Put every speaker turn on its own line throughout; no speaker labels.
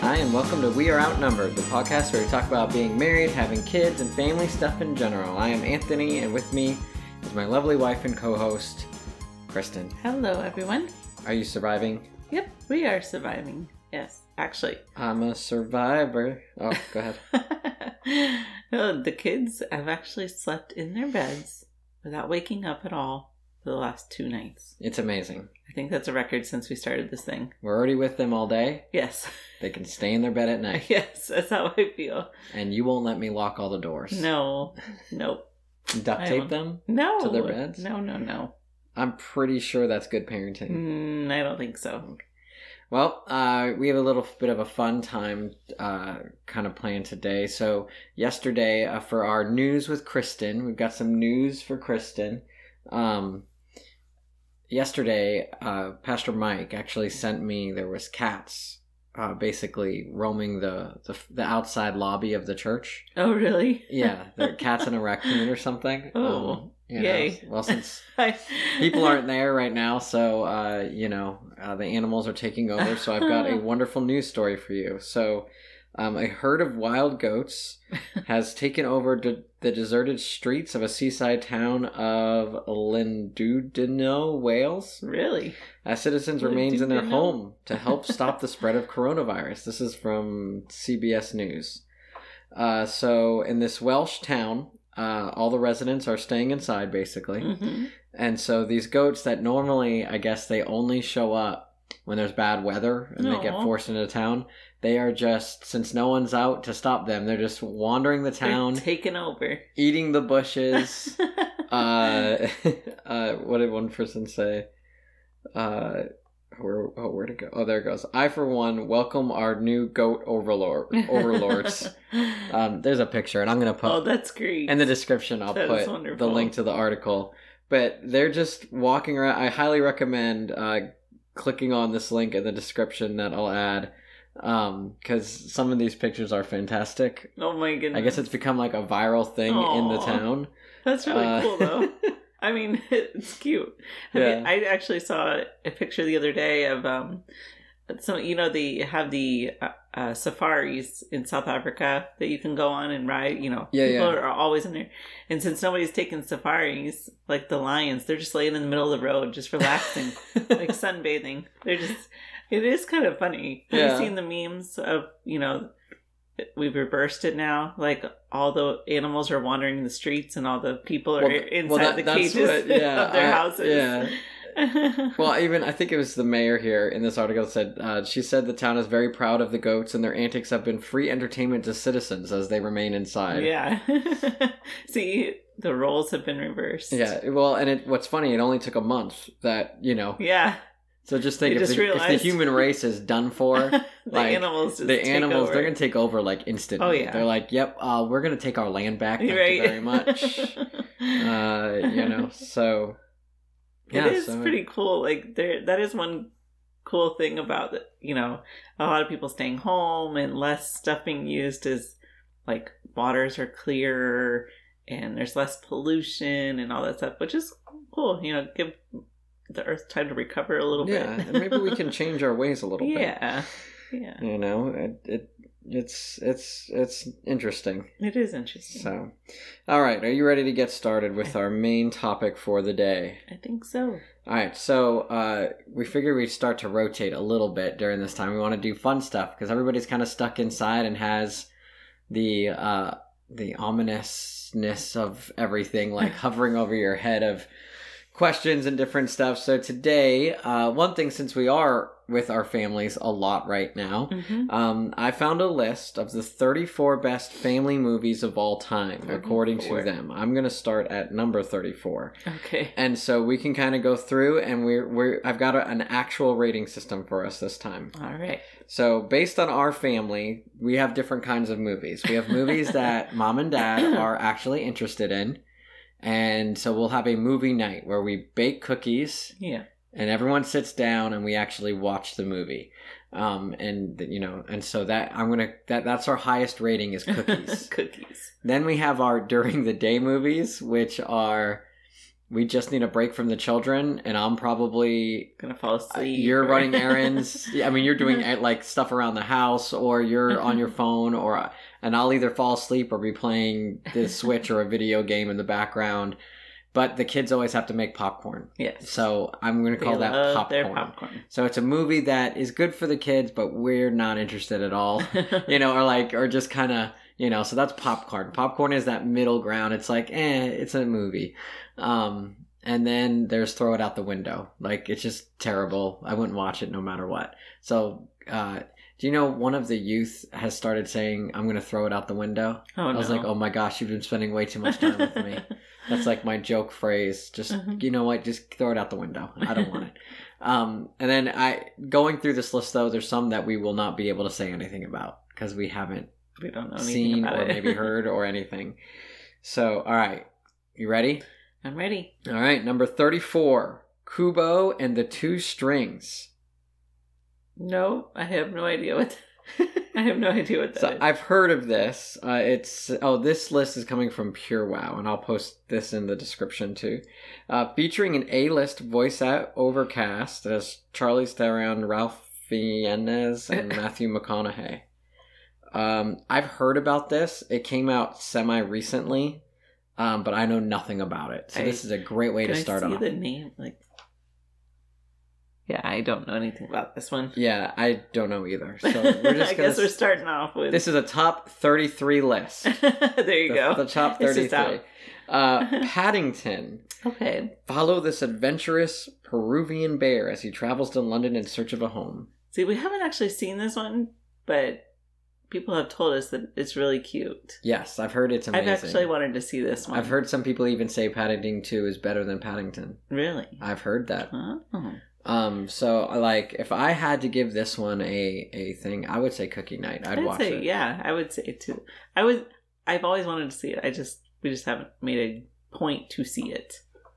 Hi, and welcome to We Are Outnumbered, the podcast where we talk about being married, having kids, and family stuff in general. I am Anthony, and with me is my lovely wife and co host, Kristen.
Hello, everyone.
Are you surviving?
Yep, we are surviving. Yes, actually.
I'm a survivor. Oh, go ahead.
Oh, the kids have actually slept in their beds without waking up at all for the last two nights.
It's amazing.
I think that's a record since we started this thing.
We're already with them all day.
Yes,
They can stay in their bed at night,
yes, that's how I feel.
and you won't let me lock all the doors.
No, nope,
Duct
I
tape
won't.
them?
no.
To their beds?
No, no, no.
I'm pretty sure that's good parenting.
Mm, I don't think so.
Well, uh, we have a little bit of a fun time uh, kind of planned today. So, yesterday uh, for our news with Kristen, we've got some news for Kristen. Um, yesterday, uh, Pastor Mike actually sent me there was cats uh, basically roaming the, the the outside lobby of the church.
Oh, really?
Yeah, there are cats and a raccoon or something. Um,
Oh,
you
yay.
Know, well, since
I-
people aren't there right now so uh, you know uh, the animals are taking over so i've got a wonderful news story for you so um, a herd of wild goats has taken over de- the deserted streets of a seaside town of llandudno wales
really.
as citizens remains in their
Llandudno?
home to help stop the spread of coronavirus this is from cbs news uh, so in this welsh town uh, all the residents are staying inside basically
hmm
and so these goats that normally, I guess, they only show up when there's bad weather and they get
Aw.
forced into town. They are just, since no one's out to stop them, they're just wandering the town,
taken over.
eating the bushes. uh, uh, what did one person say? Uh, where, oh, where'd it go? Oh, there it goes. I, for one, welcome our new goat overlord, overlords. um, there's a picture, and I'm going to put
oh, that's great.
in the description i'll
That is
put the
wonderful.
link to the article but they're just walking around i highly recommend uh, clicking on this link in the description that i'll add because some of these pictures are fantastic
oh my goodness.
i guess it's become like a viral thing in the
Aw.
town
That's really
Uh,
cool, though. I mean, it's cute. I mean,
Yeah.
I actually saw a picture the other day of um, some. You know, they have the uh, uh, safaris in South Africa that you can go on and ride. You know,
Yeah,
people
yeah.
are always in there. And since nobody's taking safaris, like the lions, they're just laying in the middle of the road, just relaxing, like sunbathing. They're just. It is kind of funny. Have
Yeah.
you seen the memes of you know we've reversed it now. Like all the animals are wandering the streets, and all the people are
Well, th-
inside
well, that-
the
that's
cages
what- yeah,
of their
I-
houses. Yeah.
well even i think it was the mayor here in this article said uh, she said the town is very proud of the goats and their antics have been free entertainment to citizens as they remain inside
yeah. See, the roles have been reversed.
yeah well and it what's funny it only took a month that you know
yeah.
So just think
You
if,
just
the, if the
realized.
human race is done for,
the
like,
animals. Just
the
take
animals
over.
they're gonna take over like instantly.
Oh, yeah.
they're like, "Yep, uh, we're gonna take our land back." Thank
You're right.
you very much. uh, you know, so yeah,
it is
so-
pretty cool. Like there, that is one cool thing about you know a lot of people staying home and less stuff being used is like waters are clearer and there's less pollution and all that stuff, which is cool. You know, give the earth time to recover a little
yeah.
bit.
and maybe we can change our ways a little
yeah, yeah.
bit. You know, it, it it's it's it's interesting.
It is interesting.
So, all right, are you ready to get started with our main topic for the day?
I think so.
All right, so uh, we figured we'd start to rotate a little bit during this time. We want to do fun stuff because everybody's kind of stuck inside and has the uh, the ominousness of everything like hovering over your head of questions and different stuff. So today, uh, one thing since we are with our families a lot right now,
hmm
um, I found a list of the 34 best family movies of all time according to
34.
them. I'm gonna start at number 34
Okay.
and so we can kind of go through and we're, we're i've got a, an actual rating system for us this time
All right.
so based on our family we have different kinds of movies we have movies that mom and dad are actually interested in and so we'll have a movie night where we bake cookies
Yeah.
and everyone sits down and we actually watch the movie um and you know and so that i'm gonna that that's our highest rating is cookies
Cookies.
then we have our during the day movies, which are we just need a break from the children, and I'm probably
gonna fall asleep.
Uh, you're
or-
running errands. Yeah, I mean, you're doing eh, like stuff around the house, or you're on your phone, or and I'll either fall asleep or be playing the Switch or a video game in the background. But the kids always have to make popcorn,
yes.
so I'm going to
They
call that
love their
popcorn. so it's a movie that is good for the kids, but we're not interested at all
popcorn.
you know, or like, or just kind of, you know, so that's popcorn. Popcorn is that middle ground. It's like, eh, it's a movie. Um, and then there's throw it out the window. Like, it's just terrible. I wouldn't watch it no matter what. So, uh, do you know one of the youth has started saying, I'm going to throw it out the window?
oh,
I was like, oh my gosh, you've been spending way too much time with me. That's like my joke phrase. Just
Mhm.
you know what? Just throw it out the window. I don't want it. Um, and then I going through this list though, there's some that we will not be able to say anything about because we haven't
we don't know anything
seen
about
or
it.
maybe heard or anything. So all right, you ready?
I'm ready.
All right, number thirty-four, Kubo and the Two Strings.
No, I have no idea what. I have no idea what that
So
is.
I've heard of this. Uh, it's oh, this list is coming from Pure Wow, and I'll post this in the description too. Uh, featuring an A-list voice at overcast as Charlie Theron, Ralph Fiennes, and Matthew McConaughey. Um, I've heard about this. It came out semi recently, um, but I know nothing about it. So
I-
this is a great way
Can
to
I
start
see
off.
the name? Like, yeah, I don't know anything about this one.
Yeah, I don't know either. So we're just
I
gonna.
guess we're starting off with
this is a top thirty-three list.
there you
the,
go.
The top
This is
33. Uh, Paddington.
okay,
Follow this adventurous Peruvian bear as he travels to London in search of a home.
see, we haven't actually seen this one, but people have told us that it's really cute.
Yes, I've heard it's amazing.
I've actually wanted to see this one.
I've heard some people even say Paddington 2 is better than Paddington.
really.
I've heard that.
Oh,
Um, so like if I had to give this one a a thing, I would say Cookie Night. I'd,
I'd
watch
say
it.
yeah. I would say too. I was. I've always wanted to see it. I just we just haven't made a point to see it.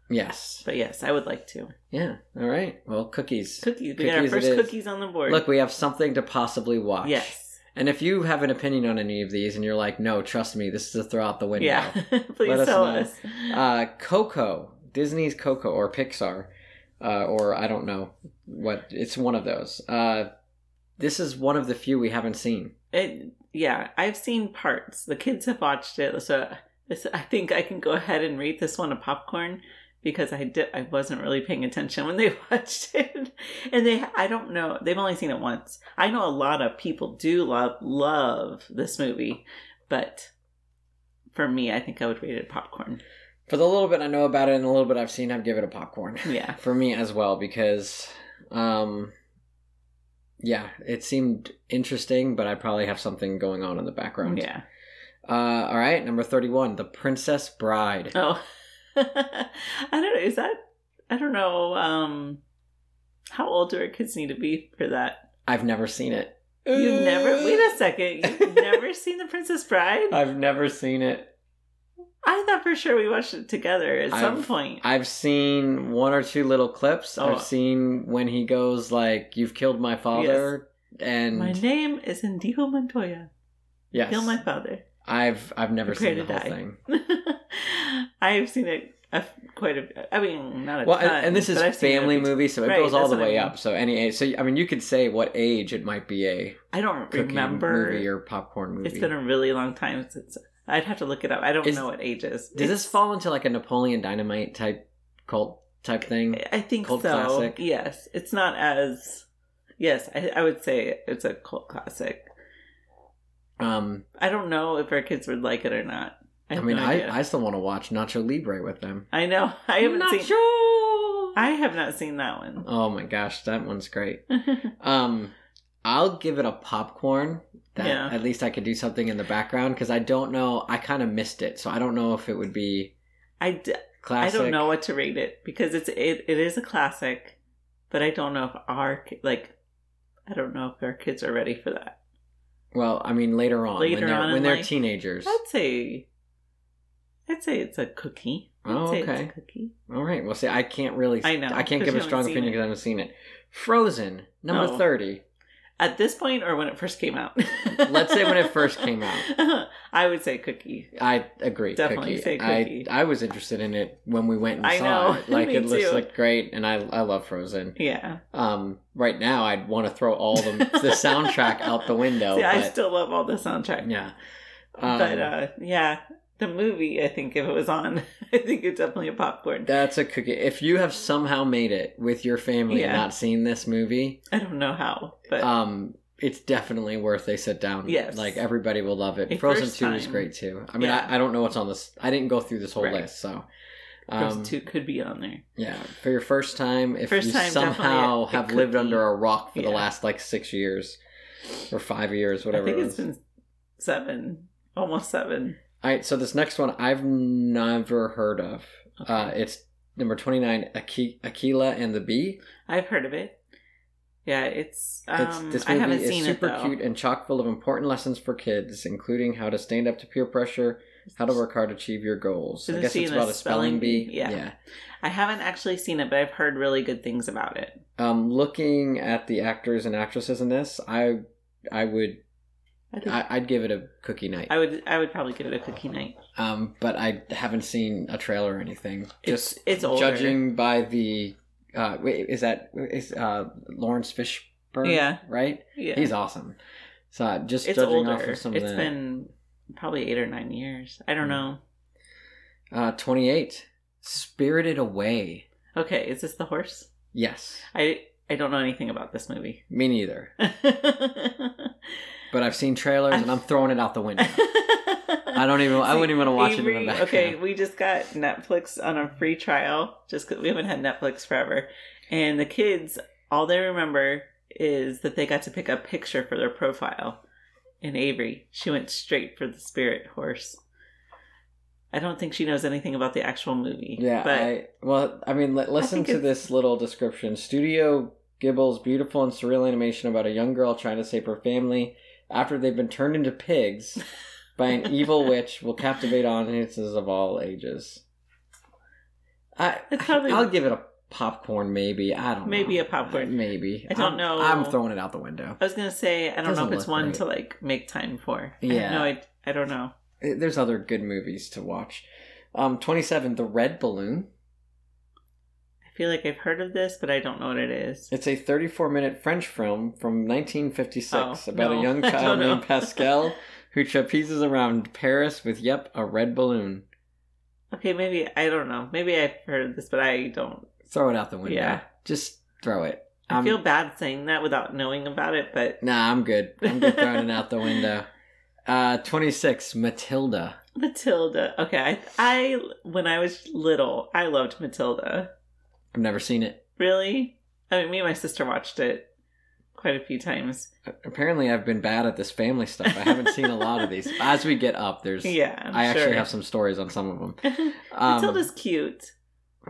Yes.
But yes, I would like to.
Yeah. All right. Well, cookies.
Cookies. We got our
Cookies it
first
is.
cookies on the board.
Look, we have something to possibly watch.
Yes.
And if you have an opinion on any of these and you're like, "No, trust me, this is a throw out the window."
Yeah. Please
Let us
tell
know.
us.
Uh, Coco, Disney's Coco or Pixar, uh, or I don't know what it's one of those. Uh, this is one of the few we haven't seen.
It, yeah, I've seen parts. The kids have watched it, so this, I think I can go ahead and rate this one a popcorn because I did. I wasn't really paying attention when they watched it, and they. I don't know. They've only seen it once. I know a lot of people do love love this movie, but for me, I think I would rate it popcorn.
For the little bit I know about it and the little bit I've seen, I'd give it a popcorn.
Yeah,
For me as well, because, um, yeah, it seemed interesting, but I probably have something going on in the background.
yeah.
Uh, all right, number 31, The Princess Bride.
Oh, I don't know. Is that I don't know. Um, how old do our kids need to be for that?
I've never seen it.
You've
Uh.
never wait a second. You've never seen The Princess Bride?
I've never seen it.
I thought for sure we watched it together at some
I've-
point.
I've seen one or two little clips.
Oh.
I've seen when he goes like, "You've killed my father," and
My name is Indigo Montoya.
yes,
Kill my father.
I've I've never
Prepare
seen the
to
whole
die.
thing.
I've seen it a, quite a. I mean, not a
Well,
ton.
and, and this is
but I've seen it a
family
few-
movie, so it
Right,
goes all
that's
the
what I
way
mean.
up. So any age, so I mean, you could say what age it might be a
I don't
cooking
remember.
movie or popcorn movie.
It's been a really long time since. I'd have to look it up. I don't
Is-
know what age is.
Does this fall into like a Napoleon Dynamite type cult type thing?
I think
Cult
so.
classic?
Yes, it's not as. Yes, I, I would say it's a cult classic.
Um,
I don't know if our kids would like it or not. I,
I,
have
mean,
no idea.
I, I still want to watch Nacho Libre with them.
I know. I haven't seen.
Nacho!
I have not seen that one.
Oh my gosh, that one's great. Um, I'll give it a popcorn. That
Yeah.
at least I could do something in the background because I don't know. I kind of missed it, so I don't know if it would be
I, d- I
classic.
don't know what to rate it because it's it, it is a classic, but I don't know if our ki- like I don't know if our kids are ready for that.
Well, I mean, later on,
Later
when they're,
on in
when they're
life.
teenagers.
I'd say, I'd say it's a cookie. I'd
Oh,
say
okay.
It's a cookie.
All right. Well, see, I can't really.
I know,
I can't
'cause
give
you
a strong
haven't seen
opinion
it.
because I haven't seen it. Frozen number
Oh.
thirty.
at this point or when it first came out.
Let's say when it first came out.
I would say Cookie.
I agree.
Definitely
Cookie.
say Cookie.
I I was interested in it when we went and
I
saw
know.
it. Like
Me
it looks
too.
like great, and I I love Frozen.
Yeah.
Um, right now I'd want to throw all the the soundtrack out the window.
See, I
but-
still love all the soundtrack.
yeah. Um,
but uh, yeah, the movie, I think if it was on, I think it's definitely a popcorn.
that's a cookie. If you have somehow made it with your family and
Yeah.
not seen this movie,
I don't know how, but
um, it's definitely worth they sit down.
Yes.
like everybody will love it.
A
Frozen
first
Two is
time.
great too. I mean,
Yeah.
I, I don't know what's on this. I didn't go through this whole
Right.
list, so.
those
um,
two could be on there.
Yeah, for your first time, if
First
you
time,
somehow
definitely it- it
have
could
lived
be.
under a rock for the
Yeah.
last like six years or five years,
I
whatever.
think
it
it's
was.
been seven, almost seven.
All right, so this next one I've never heard of.
Okay.
Uh, it's number twenty nine, Aki- Aquila and the Bee.
I've heard of it. Yeah, it's.
It's,
Um,
this
I
movie
haven't
is
seen
super
it though.
cute and chock full of important lessons for kids, including how to stand up to peer pressure, how to work hard, achieve your goals.
Is
I
it
guess
seen
it's
as
about a spelling
spelling
bee.
bee? Yeah. I haven't actually seen it, but I've heard really good things about it.
Um, looking at the actors and actresses in this, I, I would,
I, think, I,
I, I'd give it a cookie night.
would. I would probably give it a cookie night.
um, but I haven't seen a trailer or anything.
It's
Just
it's older.
judging by the uh, wait, is that is uh, Lawrence Fishburne?
Yeah.
right.
yeah.
He's awesome. So uh, just
it's
judging
older.
off of
It's
some of that.
been probably eight or nine years. I don't
Hmm.
know.
uh, Twenty eight, Spirited Away.
Okay, is this the horse?
Yes,
I I don't know anything about this movie.
me neither.
I
But I've seen trailers and I'm throwing it out the window. I don't even. I
See,
wouldn't even want to watch it in
Avery-
the background.
Okay, we just got Netflix on a free trial just 'cause we haven't had Netflix forever. And the kids, all they remember is that they got to pick a picture for their profile. And Avery, she went straight for the spirit horse. I don't think she knows anything about the actual movie.
Yeah,
but
I, well, I mean, li- listen
think
to
it's-
this little description. Studio Gibble's beautiful and surreal animation about a young girl trying to save her family after they've been turned into pigs by an evil witch will captivate audiences of all ages. I,
It's probably-
I'll give it a popcorn, maybe. I don't
Maybe
know.
a popcorn.
Maybe.
I
I'm-
don't know.
I'm throwing it out the window.
I was gonna say I don't know
Doesn't
if it's
look
one
great.
to like make time for.
Yeah.
No, I I don't know.
Eh, There's other good movies to watch. Um, 27, The Red Balloon.
I feel like I've heard of this, but I don't know what it is.
It's a 34 minute French film from 1956
Oh,
about a
no.
young
I
child
don't know.
named Pascal who trapezes around Paris with, yep, a red balloon.
Okay, maybe I don't know. Maybe I've heard of this, but I don't.
Throw it out the window.
Yeah.
Just throw it.
I
I'm-
feel bad saying that without knowing about it, but
Nah, I'm good. I'm good throwing it out the window. Uh, 26, Matilda.
Matilda. Okay, I, I when I was little, I loved Matilda.
I've never seen it.
Really? I mean, me and my sister watched it quite a few times.
Apparently, I've been bad at this family stuff. I haven't seen a lot of these. As we get up, there's.
Yeah, I'm
I
sure.
actually have some stories on some of them. Um,
Matilda's cute.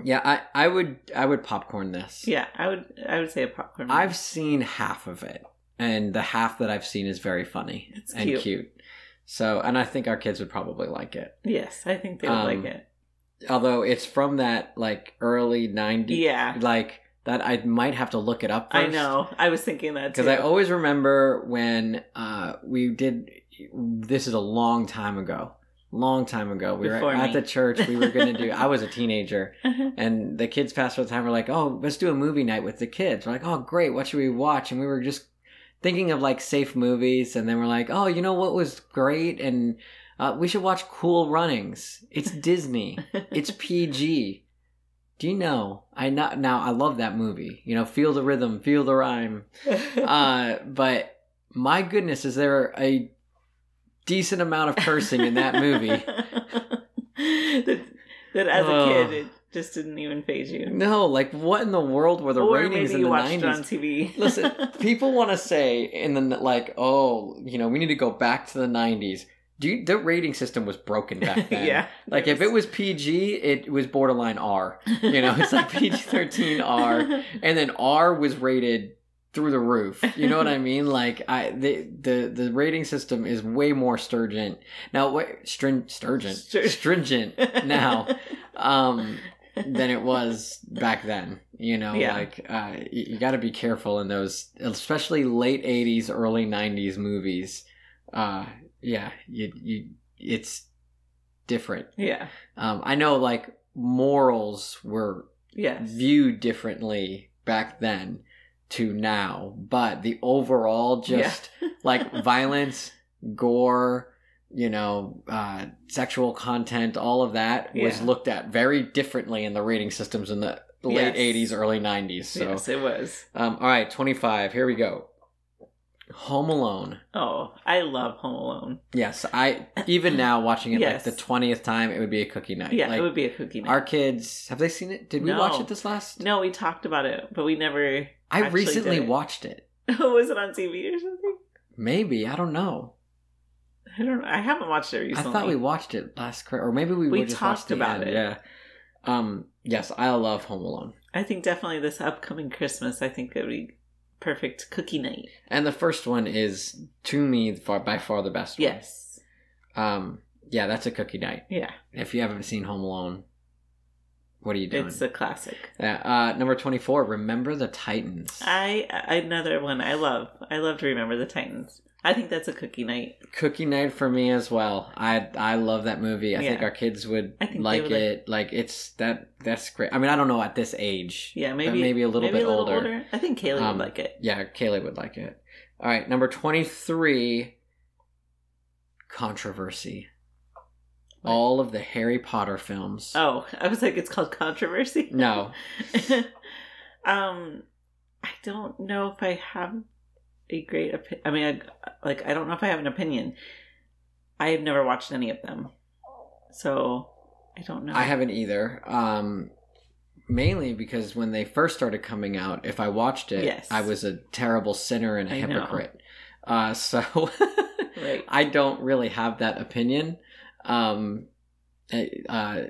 Yeah, I, I would I would popcorn this.
Yeah, I would I would say a popcorn. movie.
I've seen half of it, and the half that I've seen is very funny
It's
and cute.
cute.
So, and I think our kids would probably like it.
yes, I think they would
Um,
like it.
Although it's from that like early '90s,
Yeah,
like that I might have to look it up. First.
I know. I was thinking that
because
too.
I always remember when uh, we did. This is a long time ago. Long time ago, we
Before
were at
me.
the church. We were gonna do. I was a teenager, and the kids passed all the time were like, "Oh, let's do a movie night with the kids." We're like, "Oh, great! What should we watch?" And we were just thinking of like safe movies, and then we're like, "Oh, you know what was great?" And uh, we should watch Cool Runnings. It's Disney. it's PG. Do you know? I not now. I love that movie. You know, feel the rhythm, feel the rhyme. Uh, but my goodness, is there a decent amount of cursing in that movie?
that, that as
Oh.
a kid, it just didn't even phase you.
No, like what in the world were the
or
ratings
maybe
in
you
the
watched it
nineties?
on TV.
Listen, people want to say in the like, oh, you know, we need to go back to the '90s. Dude, the rating system was broken back then.
yeah.
Like if it was PG, it was borderline R, you know, it's like PG-13 R. and then R was rated through the roof. You know what I mean? Like I, the the the rating system is way more stringent now. What string, sturgeon,
Stur-
stringent now. Um, than it was back then. You know,
Yeah.
like uh, y- you got to be careful in those, especially late '80s, early '90s movies. Uh, yeah, you, you, it's different.
yeah.
Um, I know, like morals were
Yes.
viewed differently back then to now, but the overall
Yeah.
just like violence, gore, you know, uh, sexual content, all of that was
Yeah.
looked at very differently in the rating systems in the
Yes.
late 80s, early 90s. So,
Yes, it was.
um, all right, 25, here we go. Home Alone.
Oh, I love Home Alone.
Yes, I even now watching it
Yes.
like the 20th time, it would be a cookie night.
Yeah,
like,
it would be a cookie night.
our kids have they seen it? Did we
No.
watch it this last?
no, we talked about it, but we never.
I
actually did
recently
it.
watched it.
was it on TV or something?
Maybe I don't know.
I don't. know. I haven't watched it recently.
I thought we watched it last, cri- or maybe we
We
were just watched
talked
the
about
end,
it.
Yeah. Um. Yes, I love Home Alone,
I think definitely this upcoming Christmas. I think it would be perfect cookie night.
and the first one is to me far by far the best. one.
Yes.
Um. Yeah, that's a cookie night.
Yeah.
If you haven't seen Home Alone, what are you doing?
It's a classic.
Yeah, uh, number twenty-four. Remember the Titans.
I another one I love. I love to remember the Titans. I think that's a cookie night.
Cookie night for me as well. I I love that movie. I think
Yeah.
our kids would
I think they
like
would like-
it. Like it's that that's great. I mean, I don't know at this age.
Yeah, maybe
maybe a little bit older.
I think Kaylee
Um,
would like it.
Yeah, Kaylee would like it. All right, number 23 controversy.
What?
All of the Harry Potter films.
Oh, I was like, it's called controversy.
No.
um, I don't know if I have a great opinion. I mean, I, like, I don't know if I have an opinion. I have never watched any of them, so I don't know.
I haven't either. Um mainly because when they first started coming out, if I watched it,
Yes.
I was a terrible sinner and a
I know.
hypocrite. Uh so
Right.
I don't really have that opinion. Um eh, uh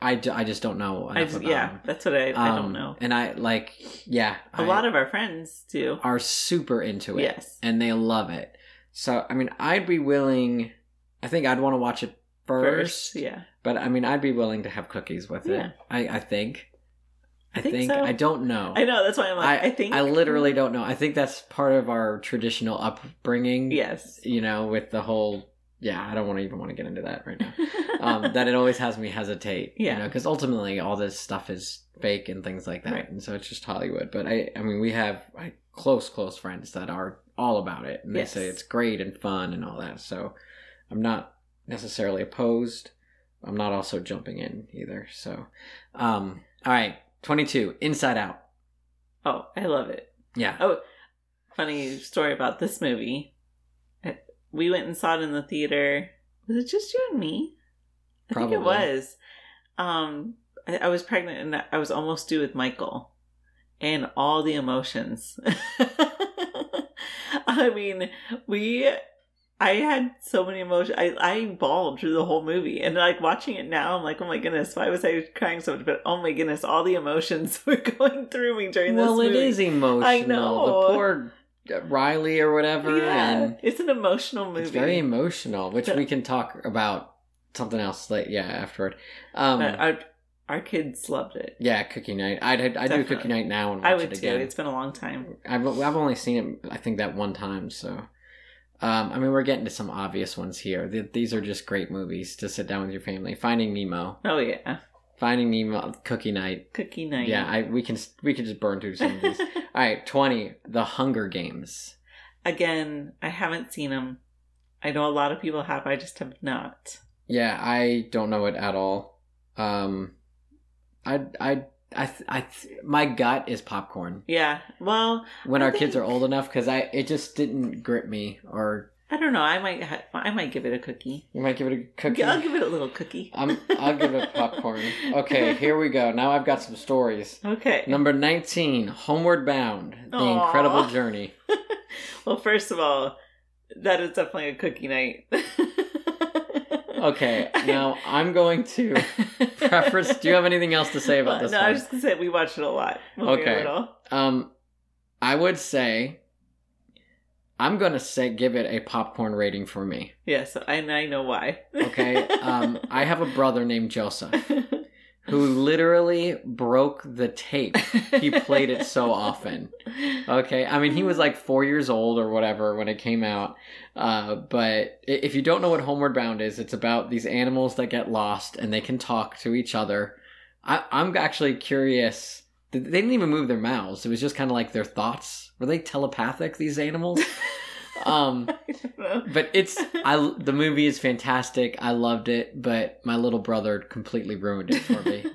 I, ju- I just don't know.
I
enough
just,
about
yeah,
them.
that's what I, I
Um,
don't know.
And I like, yeah,
A
I-
lot of our friends do.
are super into it
Yes.
and they love it. So I mean, I'd be willing. I think I'd want to watch it first,
First, yeah.
but I mean, I'd be willing to have cookies with
Yeah.
it. I, I think. I,
think
think,
so.
I don't know.
I know. That's why I'm like, I, think
I literally don't know. I think that's part of our traditional upbringing.
Yes.
You know, with the whole yeah, I don't want to even want to get into that right now. Um, that it always has me hesitate.
Yeah.
You know, because ultimately all this stuff is fake and things like that,
Right.
and so it's just Hollywood. But I, I mean, we have I, close, close friends that are all about it, and
Yes.
they say it's great and fun and all that. So I'm not necessarily opposed. I'm not also jumping in either. So, um, all right, 22, Inside Out.
oh, I love it.
Yeah.
funny story about this movie. We went and saw it in the theater. Was it just you and me? I think
Probably.
it was. Um, I, I was pregnant and I was almost due with Michael, and all the emotions. I mean, we. I had so many emotions. I, I bawled through the whole movie. And like watching it now, I'm like, oh my goodness, why was I crying so much? But oh my goodness, all the emotions were going through me during this
Well,
movie.
it is emotional.
I know.
The poor Riley or whatever.
Yeah,
And
it's an emotional movie.
It's very emotional, which
But-
we can talk about something else. Like yeah, afterward. Um,
But our, our kids loved it.
yeah, cookie night. I'd I'd, I'd do
Definitely.
cookie night now and watch
I would
it
too.
again.
It's been a long time.
I've I've only seen it I think that one time. So, um, I mean, we're getting to some obvious ones here. Th- These are just great movies to sit down with your family. Finding Nemo,
Oh yeah,
Finding Nemo, Cookie Night.
Cookie Night.
Yeah, I, we can s- we can just burn through some of these. All right, twenty. The Hunger Games.
Again, I haven't seen them. I know a lot of people have. I just have not.
Yeah, I don't know it at all. Um, I I I th- I th- my gut is popcorn.
Yeah. Well,
When
I
our kids are
think-
old enough, because I it just didn't grip me. Or
I don't know. I might. Ha- I might give it a cookie.
you might give it a cookie.
I'll give it a little cookie.
I'm, I'll give it popcorn. Okay, here we go. Now I've got some stories.
Okay.
Number nineteen, Homeward Bound: The
Aw.
Incredible Journey.
well, first of all, that is definitely a cookie night.
Okay, now I'm going to preface. Do you have anything else to say about
Well,
this
No, I
one?
was just gonna say we watched it a lot when we
Okay.
were little.
Um, I would say I'm gonna say give it a popcorn rating for me. Um,
Yes, and I know why.
Okay. um, I have a brother named Joseph who literally broke the tape. He played it so often. Okay, I mean, he was like four years old or whatever when it came out. Uh, but i- if you don't know what Homeward Bound is, it's about these animals that get lost and they can talk to each other. I, I'm actually curious. Th- They didn't even move their mouths. It was just kind of like their thoughts. Were they telepathic? These animals. Um,
I don't know.
but it's I. The movie is fantastic. I loved it, but my little brother completely ruined it for me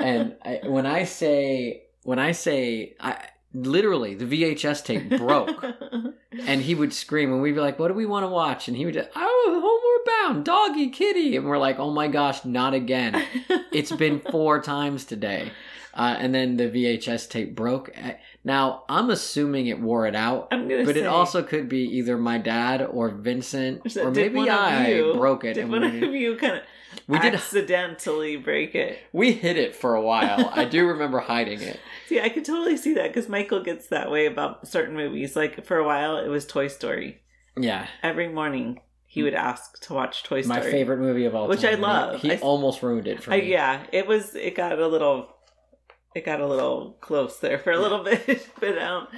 and I, when I say when I say I literally the VHS tape broke and he would scream and we'd be like what do we want to watch and he would just, oh homeward bound doggy kitty and we're like oh my gosh not again it's been four times today uh, and then the VHS tape broke now I'm assuming it wore it out
I'm gonna
but
say,
it also could be either my dad or Vincent
So
or
did
maybe
one of
I
you-
broke it
did
and
one
we,
of you kind of
we did
accidentally break it.
we hid it for a while I do remember hiding it
See, I could totally see that because Michael gets that way about certain movies. Like for a while, it was Toy Story.
yeah
Every morning, he would ask to watch Toy Story.
my favorite movie of all
Which
time.
I
And he-
love.
He,
I-
almost ruined it for
I-
me.
yeah, it was. It got a little. It got a little close there for a little bit, but um,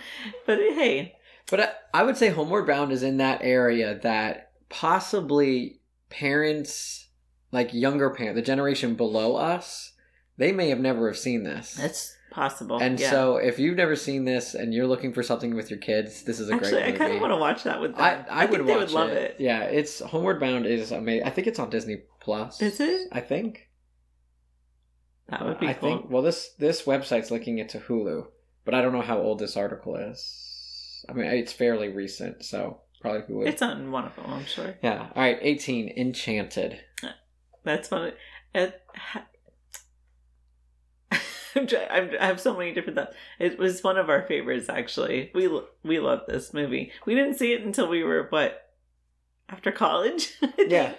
but hey,
But I, I would say Homeward Bound is in that area that possibly parents, like younger parents, the generation below us, they may have never have seen this.
that's possible.
and
yeah.
so if you've never seen this and you're looking for something with your kids, this is a
actually,
great
I
movie.
kind of want to watch that with them.
I, I, would
think they
watch
would love it.
Yeah, it's Homeward Bound is amazing. I think it's on Disney Plus.
Is it?
I think.
That would be
I
cool.
think well this this website's linking it to Hulu, but I don't know how old this article is. I mean it's fairly recent, so probably Hulu.
It's on one of them, I'm sure.
yeah. All right, 18 Enchanted.
That's one. It, I'm, try- I'm, I have so many different thoughts. It was one of our favorites, actually. We lo- we love this movie. We didn't see it until we were what after college, I think.
Yeah.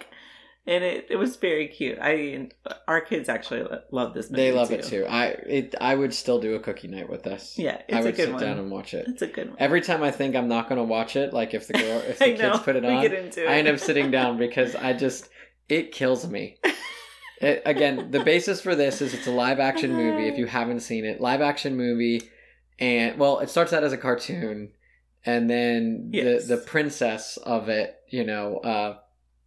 And it, it was very cute. I our kids actually lo- love this movie.
They love it too. I it I would still do a cookie night with this.
Yeah, it's
I
a
would
good
sit
one.
down and watch it.
it's a good one.
Every time I think I'm not going to watch it, like if the girl if the
I
kids
know.
put it
we
on,
get into it.
I end up sitting down because I just it kills me. It, again, the basis for this is it's a live action movie. If you
Uh-huh.
haven't seen it, live action movie, and well, it starts out as a cartoon, and then
Yes.
the the princess of it, you know, uh,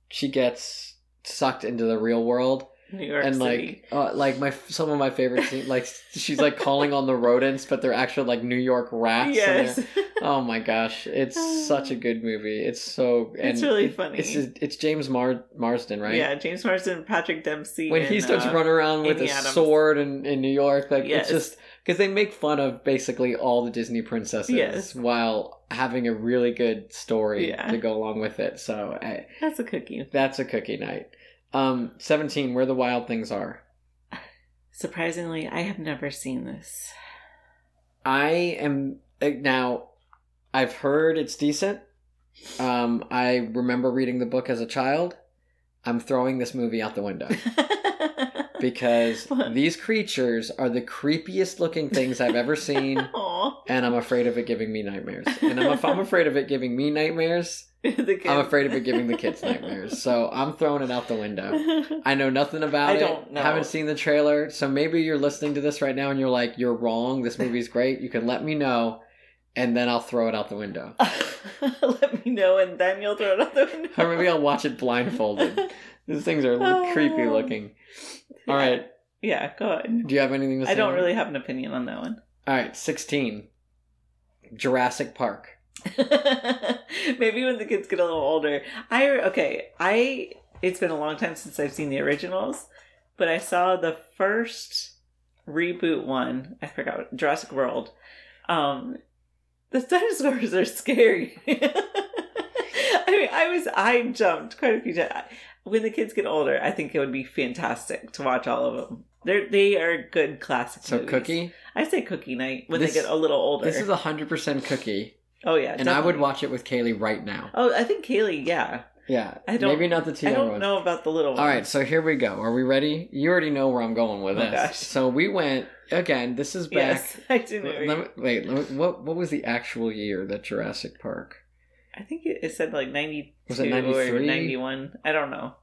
she gets sucked into the real world,
New York
and
City.
like uh, like my some of my favorite scenes, like she's like calling on the rodents, but they're actually like New York rats. and they're-
yes,
Oh my gosh, it's such a good movie. It's so and
It's really
it-
funny.
It's it's James Mar- Marsden, right?
yeah. James Marsden, Patrick Dempsey.
When he
and,
starts
uh,
running around with
Amy
a
Adams.
sword in, in New York, like
Yes.
it's just because they make fun of basically all the Disney princesses
Yes.
while having a really good story
Yeah.
to go along with it. So I,
That's a cookie.
that's a cookie night. Um, Seventeen, where the wild things are.
Surprisingly, I have never seen this.
I am like, now. I've heard it's decent. Um, I remember reading the book as a child. I'm throwing this movie out the window because
What?
these creatures are the creepiest looking things I've ever seen,
Aw.
and I'm afraid of it giving me nightmares. And I'm, if I'm afraid of it giving me nightmares,
The
I'm
kids.
afraid of it giving the kids nightmares. So I'm throwing it out the window.
I
I know nothing about
I
it.
don't know.
Haven't seen the trailer, so maybe you're listening to this right now and you're like, "You're wrong. This movie's great. You can let me know, and then I'll throw it out the window,
Let me know, and then you'll throw it out the window.
or maybe I'll watch it blindfolded." These things are
Oh.
creepy looking. All right.
Yeah, go on.
Do you have anything to say?
I don't
on it?
really have an opinion on that one.
All right, 16. Jurassic Park.
Maybe when the kids get a little older. I okay. I it's been a long time since I've seen the originals, but I saw the first reboot one. I forgot what- Jurassic World. Um, the dinosaurs are scary. I mean, I was I jumped quite a few times. When the kids get older, I think it would be fantastic to watch all of them. They're they are good classic.
So
movies.
Cookie.
I say Cookie Night when
This-
they get a little older.
This is a 100% Cookie,
oh yeah,
and I would
definitely.
watch it with Kaylee right now.
Oh, I think Kaylee, yeah.
Yeah.
I don't-
Maybe not the two
I
younger
don't
ones.
know about the little one.
All right, so here we go. Are we ready? You already know where I'm going with
Oh,
this.
gosh.
So we went again. This is back.
Yes, I do know.
Let me, wait, let me, what what was the actual year that Jurassic Park?
I think it, it said like 92
Was it
or
93?
91. I don't know.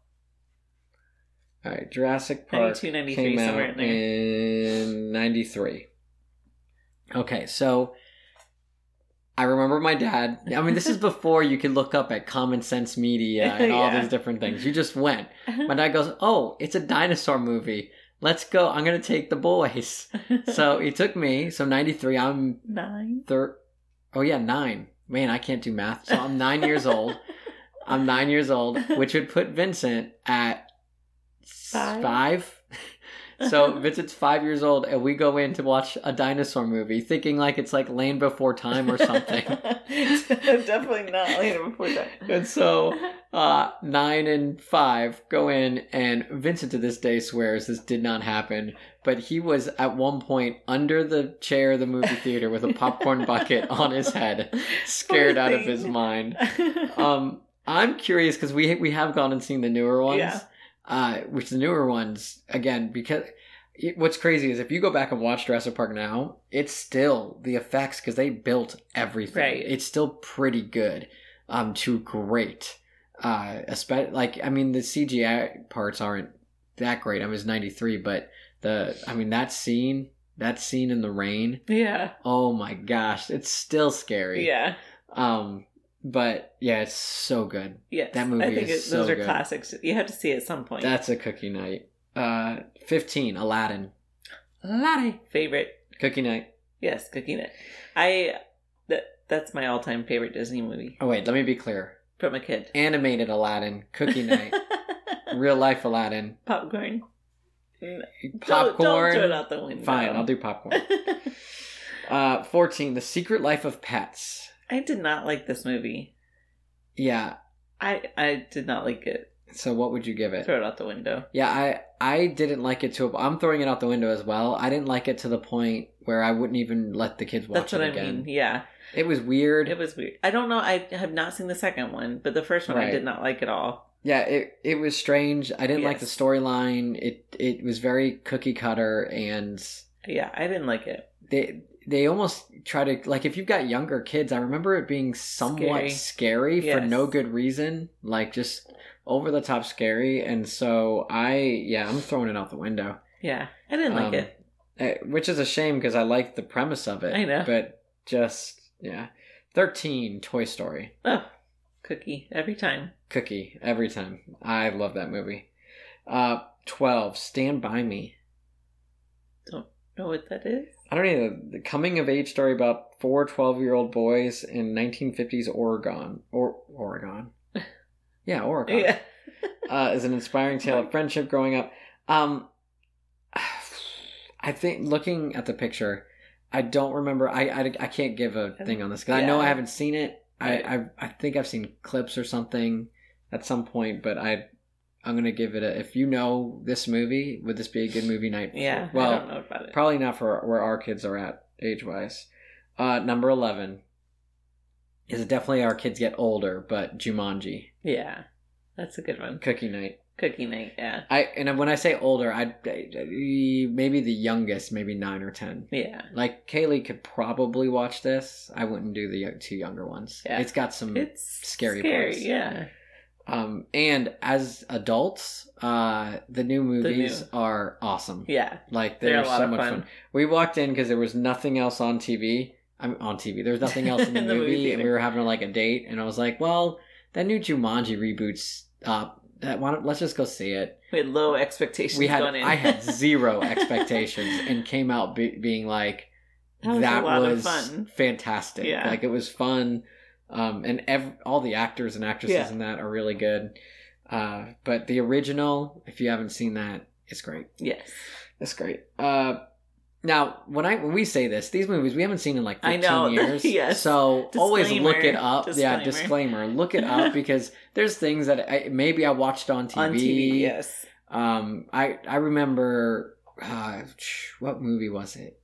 All right, Jurassic Park
92, 93,
came
somewhere in
out
there.
in '93. Okay, so I remember my dad. I mean, this is before you could look up at Common Sense Media and all
Yeah.
these different things. You just went. My dad goes, "Oh, it's a dinosaur movie. Let's go. I'm gonna take the boys." So he took me. So '93. I'm
nine.
thir- Oh yeah, nine. Man, I can't do math. So I'm nine years old. I'm nine years old, which would put Vincent at s-
Five?
five. So Vincent's five years old, and we go in to watch a dinosaur movie, thinking like it's like Land Before Time or something.
Definitely not later before time.
and so uh, nine and five go in, and Vincent to this day swears this did not happen. But he was at one point under the chair of the movie theater with a popcorn bucket on his head, scared
Poor
out of
thing.
his mind. um i'm curious because we we have gone and seen the newer ones
Yeah.
uh which the newer ones again because it, what's crazy is if you go back and watch Jurassic Park now it's still the effects because they built everything
Right.
it's still pretty good um to great uh especially like i mean the cgi parts aren't that great i was 93 but the i mean that scene that scene in the rain
yeah,
oh my gosh it's still scary
yeah,
um, but yeah, it's so good.
yes.
That movie
I think
is
it, those
so
are
good.
classics. You have to see at some point.
That's a cookie night. Uh, fifteen Aladdin. Aladdin
favorite.
cookie night.
Yes, Cooking It. I that that's my all time favorite Disney movie
Oh wait, let me be clear.
from a kid.
Animated Aladdin, cookie night, real life Aladdin,
Popcorn. N- Don't,
popcorn.
don't throw it out the window.
Fine, I'll do popcorn. Uh, fourteen The Secret Life of Pets.
I did not like this movie.
Yeah.
I I did not like it.
So what would you give it?
Throw it out the window.
Yeah, I I didn't like it to. A, I'm throwing it out the window as well. I didn't like it to the point where I wouldn't even let the kids watch
That's what
it
I
again.
mean. Yeah,
It was weird.
it was weird. I don't know. I have not seen the second one, but the first one
Right.
I did not like at all.
Yeah, it it was strange. I didn't like the
Yes.
storyline. It it was very cookie cutter, and
Yeah, I didn't like it.
they they almost try to like if you've got younger kids. I remember it being somewhat
Scary.
scary, for
Yes.
no good reason, like just over the top scary. And so I yeah, I'm throwing it out the window,
Yeah, I didn't like
Um,
it.
eh, which is a shame because I like the premise of it.
I know.
but just yeah, thirteen Toy Story.
Oh, cookie every time.
Cookie every time. I love that movie. Uh, twelve Stand by Me.
Know what that is?
I don't know. The coming of age story about four 12 year old boys in 1950s Oregon. Or Oregon. Yeah, Oregon.
Yeah,
Uh, is an inspiring tale of friendship growing up. Um, I think looking at the picture, I don't remember. I, I, I can't give a thing on this because I know I
Yeah.
haven't seen it. I,
Right.
I I think I've seen clips or something at some point, but I I'm gonna give it a. If you know this movie, would this be a good movie night? for-
yeah.
Well,
I don't know about it.
Probably not for where our kids are at age wise. Uh, number 11 is definitely our kids get older, but Jumanji,
yeah, that's a good one.
Cookie Night.
Cookie night. Yeah,
I And when I say older, I'd, I- I- maybe the youngest, maybe 9 or 10.
yeah.
Like Kaylee could probably watch this. I wouldn't do the yo- two younger ones.
Yeah.
It's got some.
It's
Mm, Scary
scary.
parts.
Yeah,
um, and as adults, uh, the new movies
new-
are awesome.
yeah.
Like
They're
they're,
a lot
so
of
much fun.
fun.
We walked in because there was nothing else on TV. I'm on TV. There was nothing else in the,
In the
movie,
movie
and
theater.
we were having like a date. And I was like, "Well, that new Jumanji reboots up. That why don't, let's just go see it."
We had low expectations.
We had
going in.
I had zero expectations and came out be, being like,
That was a lot of fun.
fantastic.
Yeah.
Like it was fun. Um, and ev- all the actors and actresses
Yeah.
in that are really good. Uh, but the original, if you haven't seen that, it's great.
yes.
That's great. Uh, now, when I when we say this, these movies we haven't seen in like
I
fifteen
know,
years.
yes.
So always
Disclaimer,
look it up. Yeah,
disclaimer.
disclaimer. Look it up because there's things that I, maybe I watched on TV.
On TV. Yes.
Um, I I remember uh, what movie was it?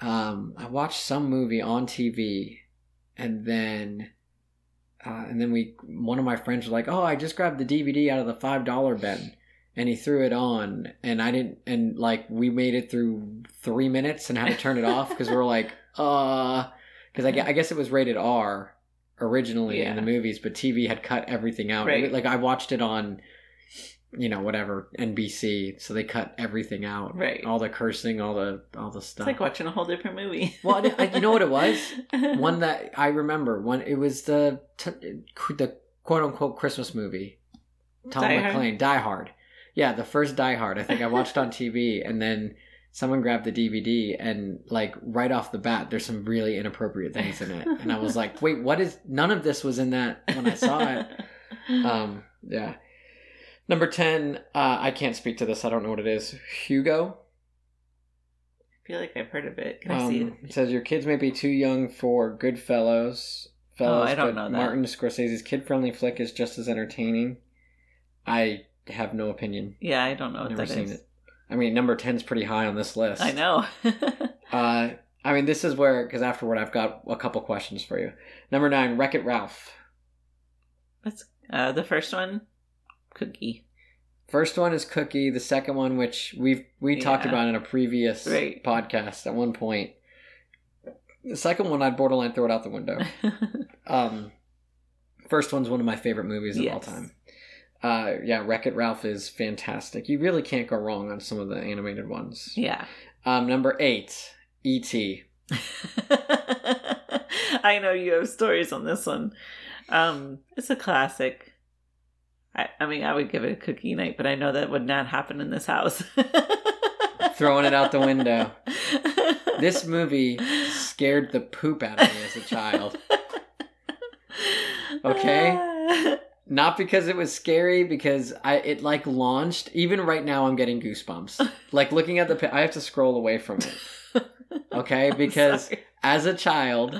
Um, I watched some movie on TV, and then. Uh, and then we, one of my friends was like, "Oh, I just grabbed the DVD out of the five dollar bin," and he threw it on, and I didn't, and like we made it through three minutes and had to turn it off because we were like, "Uh," because I, gue- I guess it was rated R originally in the movies, but TV had cut everything out.
Right.
Like I watched it on you know whatever NBC, so they cut everything out,
Right.
all the cursing, all the all the
It's
stuff.
like watching a whole different movie.
Well, I did- I- you know what it was? one that I remember one. It was the t- the quote unquote Christmas movie. Tom
Die Hard?
McClane, Die Hard. Yeah, the first Die Hard. I think I watched on TV, and then someone grabbed the DVD, and like right off the bat, there's some really inappropriate things in it, and I was like, wait, what is? None of this was in that when I saw it. Um, yeah. Number ten. Uh, I can't speak to this. I don't know what it is. Hugo.
I feel like I've heard of it. Can I see it?
Um, it says your kids may be too young for Goodfellas. Fellows,
Oh, I don't
but
know that.
Martin Scorsese's kid-friendly flick is just as entertaining. I have no opinion.
Yeah, I don't know
I've
what
never
that
seen
is.
it. I mean, number 10's pretty high on this list.
I know.
Uh, I mean, this is where because afterward I've got a couple questions for you. Number nine, Wreck It Ralph.
uh, the first one, Cookie.
First one is Cookie. The second one, which we've we talked
Yeah.
about in a previous
Right.
podcast at one point. The second one, I'd borderline throw it out the window. Um, first one's one of my favorite movies of all
Yes.
time. Uh, yeah, Wreck It Ralph is fantastic. You really can't go wrong on some of the animated ones.
yeah.
Um, number eight, E E.T.
I know you have stories on this one. Um, it's a classic. I, I mean, I would give it a cookie night, but I know that would not happen in this house.
Throwing it out the window. This movie scared the poop out of me as a child. Okay. Not because it was scary, because I it like launched. Even right now, I'm getting goosebumps. Like looking at the, pi- I have to scroll away from it. Okay,
I'm
because
sorry.
as a child,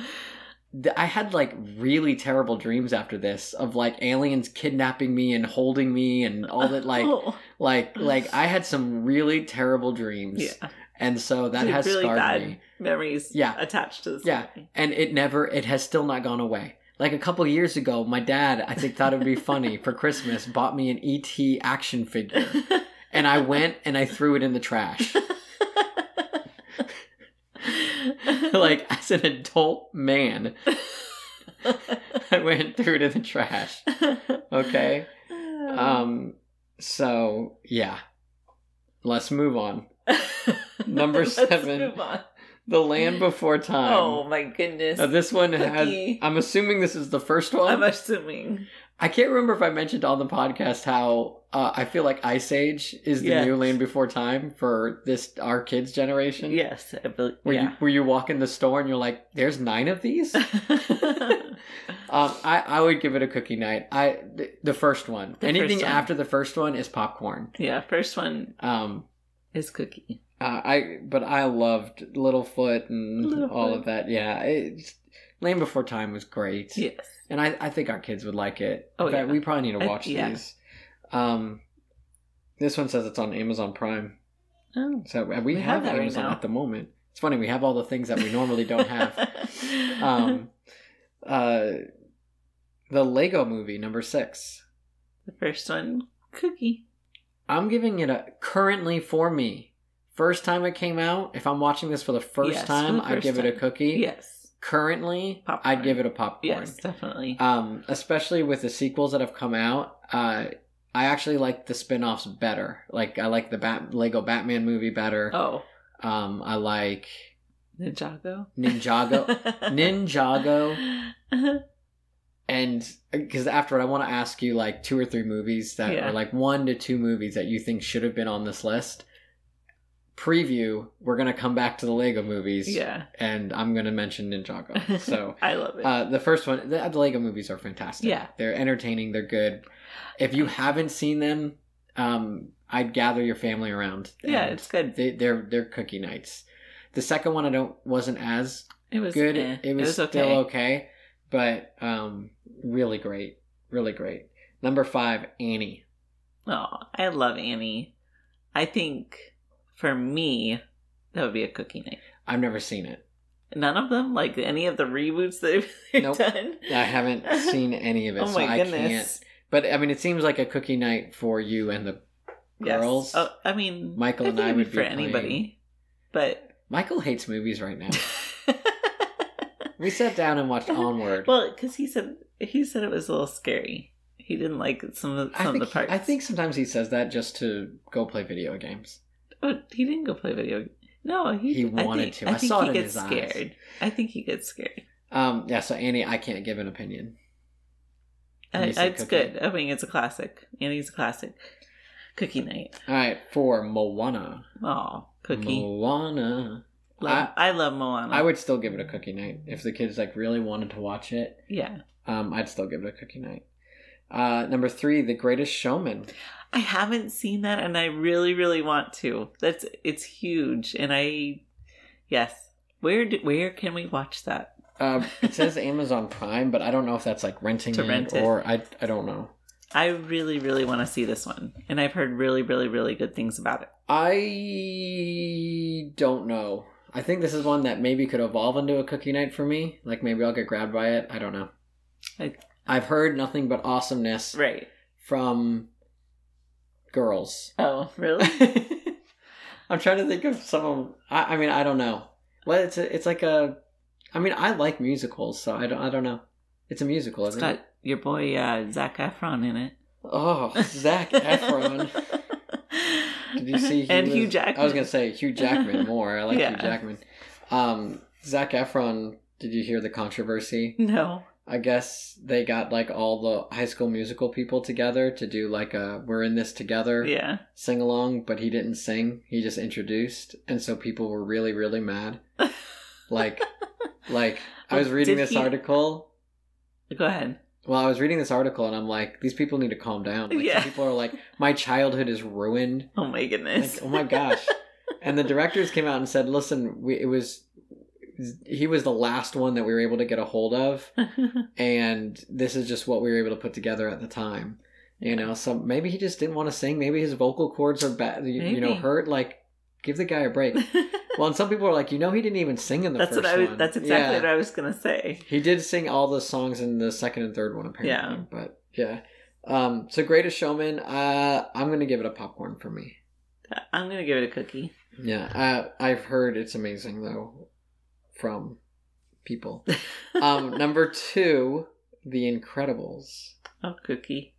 th- I had like really terrible dreams after this of like aliens kidnapping me and holding me and all that like
Oh,
like like I had some really terrible dreams
yeah,
and so that
Dude,
has
really
scarred
bad
me
memories.
Yeah.
attached to this.
Yeah.
movie.
and it never it has still not gone away. Like a couple years ago, my dad I think thought it would be funny for Christmas bought me an ET action figure and I went and I threw it in the trash. like as an adult man, I went and threw it in the trash. Okay.
Oh.
Um. So yeah, let's move on. number
Let's
seven.
move on.
The Land Before Time.
Oh my goodness.
Now, this one has.
Cookie.
I'm assuming this is the first one.
I'm assuming.
I can't remember if I mentioned on the podcast how uh, I feel like Ice Age is the
Yeah.
new Land Before Time for this our kids generation.
Yes, I believe.
Where you
yeah.
where you walk in the store and you're like, "There's nine of these." um, I I would give it a cookie night. I the, the first one.
The
Anything
first one.
after the first one is popcorn.
yeah, first one
Um,
is Cookie.
Uh, I but I loved Littlefoot and
Littlefoot.
all of that. Yeah, it's, Land Before Time was great,
Yes.
and I, I think our kids would like it.
Oh,
In fact,
yeah.
we probably need to
I-
watch
yeah.
these. Um, this one says it's on Amazon Prime,
Oh.
so we, we
We
have,
have that right
Amazon
now.
at the moment. It's funny we have all the things that we normally don't have. um, uh, the Lego Movie number six.
the first one, Cookie.
I'm giving it a currently for me. First time it came out, if I'm watching this for the first
Yes, for the
time, I'd
first
give it a
time.
cookie.
Yes.
currently
Popcorn.
i'd give it a popcorn
Yes, definitely.
um especially with the sequels that have come out uh i actually like the spin-offs better like i like the bat lego batman movie better
oh,
um i like
Ninjago.
ninjago ninjago and because afterward i want to ask you like two or three movies that
Yeah.
are like one to two movies that you think should have been on this list preview we're gonna come back to the lego movies
Yeah.
and i'm gonna mention ninjago so
I love it.
Uh, the first one, the, the Lego movies are fantastic.
Yeah.
they're entertaining. They're good. If you haven't seen them, um, I'd gather your family around.
yeah,
and
it's good.
they, they're they're cookie nights. The second one I don't wasn't as
It was
good.
eh,
It, was
okay.
still okay, but um, really great, really great. Number five, Annie.
Oh, I love Annie. I think for me, that would be a cookie night.
I've never seen it.
None of them, like any of the reboots that they've
Nope.
done.
I haven't seen any of it,
oh
so
my
I
goodness.
can't. But I mean, it seems like a cookie night for you and the
Yes.
girls.
Oh, I mean,
Michael
it
and
could
I
be
would be
for
playing-
anybody, but
Michael hates movies right now. We sat down and watched Onward.
well, because he said he said it was a little scary. He didn't like some of,
I
some of the
think,
parts.
I think sometimes he says that just to go play video games.
Oh, he didn't go play video. game. No, he,
He
I
wanted
think-
to.
I,
I
think
saw it
he
in
gets
his eyes.
scared. I think he gets scared.
Um, yeah, so Annie, I can't give an opinion.
I,
Annie's the
it's
cookie.
good. I mean, it's a classic. Annie's a classic. Cookie night.
All right, for Moana.
Oh, cookie.
Moana.
Love- I, love Moana.
I would still give
Mm.
it a cookie night if the kids like really wanted to watch it.
Yeah,
Um, I'd still give it a cookie night. Uh, number three, The Greatest Showman.
I haven't seen that, and I really, really want to. That's it's huge, and I, yes. Where do, where can we watch that?
Uh, it says Amazon Prime, but I don't know if that's like renting
To
it
rent it.
or I I don't know.
I really, really want to see this one, and I've heard really, really, really good things about it.
I don't know. I think this is one that maybe could evolve into a cookie night for me. Like maybe I'll get grabbed by it. I don't know.
Like-
I've heard nothing but awesomeness
Right?
from girls.
Oh, really?
I'm trying to think of someone. I, I mean, I don't know. Well, it's a, it's like a. I mean, I like musicals, so I don't. I don't know. It's a musical,
it's
isn't
got
it?
your boy uh, Zach Efron in it.
Oh, Zach Efron. Did you see? he
and Hugh
was-
Jackman.
I was gonna say Hugh Jackman more. I like
Yeah.
Hugh Jackman. Um, Zach Efron. Did you hear the controversy?
No.
I guess they got like all the High School Musical people together to do like a "We're in this together"
Yeah.
sing along, but he didn't sing. He just introduced, and so people were really, really mad. Like, like I was
Well,
reading
did
this
he-
article.
Go ahead.
Well, I was reading this article, and I'm like, these people need to calm down. Like, some
Yeah.
people are like, my childhood is ruined.
Oh my
Like,
goodness.
oh my gosh! and the directors came out and said, listen, we, it was he was the last one that we were able to get a hold of oh, and this is just what we were able to put together at the time you know so maybe he just didn't want to sing maybe his vocal cords are bad you, you know
Maybe.
hurt like give the guy a break well and some people are like you know he didn't even sing in the
that's
first
what I was,
one
that's exactly
yeah.
what I was gonna say.
he did sing all the songs in the second and third one apparently
Yeah.
but yeah um so greatest showman uh i'm gonna give it a popcorn for me
I'm gonna give it a cookie.
yeah i i've heard it's amazing though from people um number two the incredibles
Oh, cookie,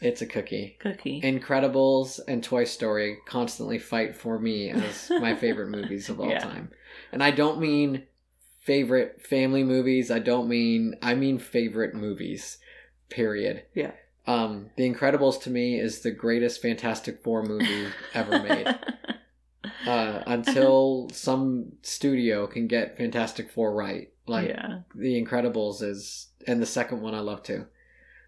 it's a cookie
cookie.
Incredibles and Toy Story constantly fight for me as my favorite movies of all
Yeah.
time. And I don't mean favorite family movies. I don't mean I mean favorite movies. Period.
Yeah.
Um, The Incredibles to me is the greatest Fantastic Four movie ever made. Uh, until some studio can get Fantastic Four right, like
yeah,
The Incredibles is, and the second one I love too.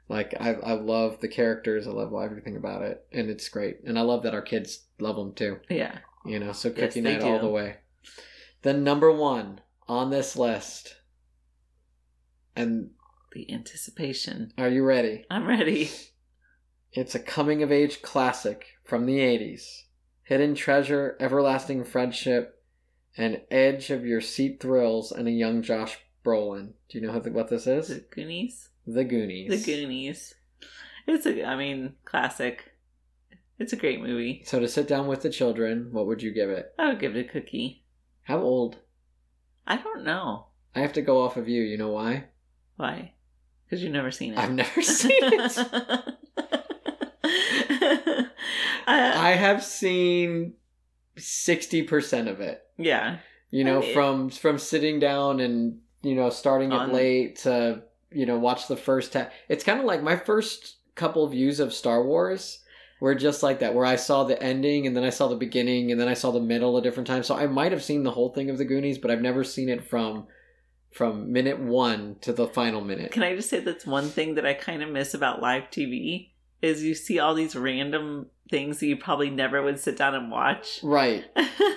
Like I, I love the characters. I love everything about it, and it's great. And I love that our kids love them too.
yeah.
You know, so
Yes,
cookie
they
night all
do.
the way. Then number one on this list, and
The anticipation.
are you ready?
I'm ready.
It's a coming of age classic from the '80s. Hidden treasure, everlasting friendship, and edge of your seat thrills, and a young Josh Brolin. Do you know who- what this is?
The Goonies.
The Goonies.
The Goonies. It's a. I mean, classic. It's a great movie.
So to sit down with the children, what would you give it?
I would give it a cookie.
How old?
I don't know
I have to go off of you. You know why?
why, because you've never seen it.
I've never seen it. I
I,
have seen sixty percent of it.
yeah,
You know,
I mean-
from from sitting down and you know starting it
On-
late to you know watch the first half. It's kind of like my first couple views of Star Wars were just like that, where I saw the ending and then I saw the beginning and then I saw the middle a different time. So I might have seen the whole thing of the Goonies, but I've never seen it from from minute one to the final minute.
Can I just say that's one thing that I kind of miss about live TV is you see all these random things that you probably never would sit down and watch.
Right.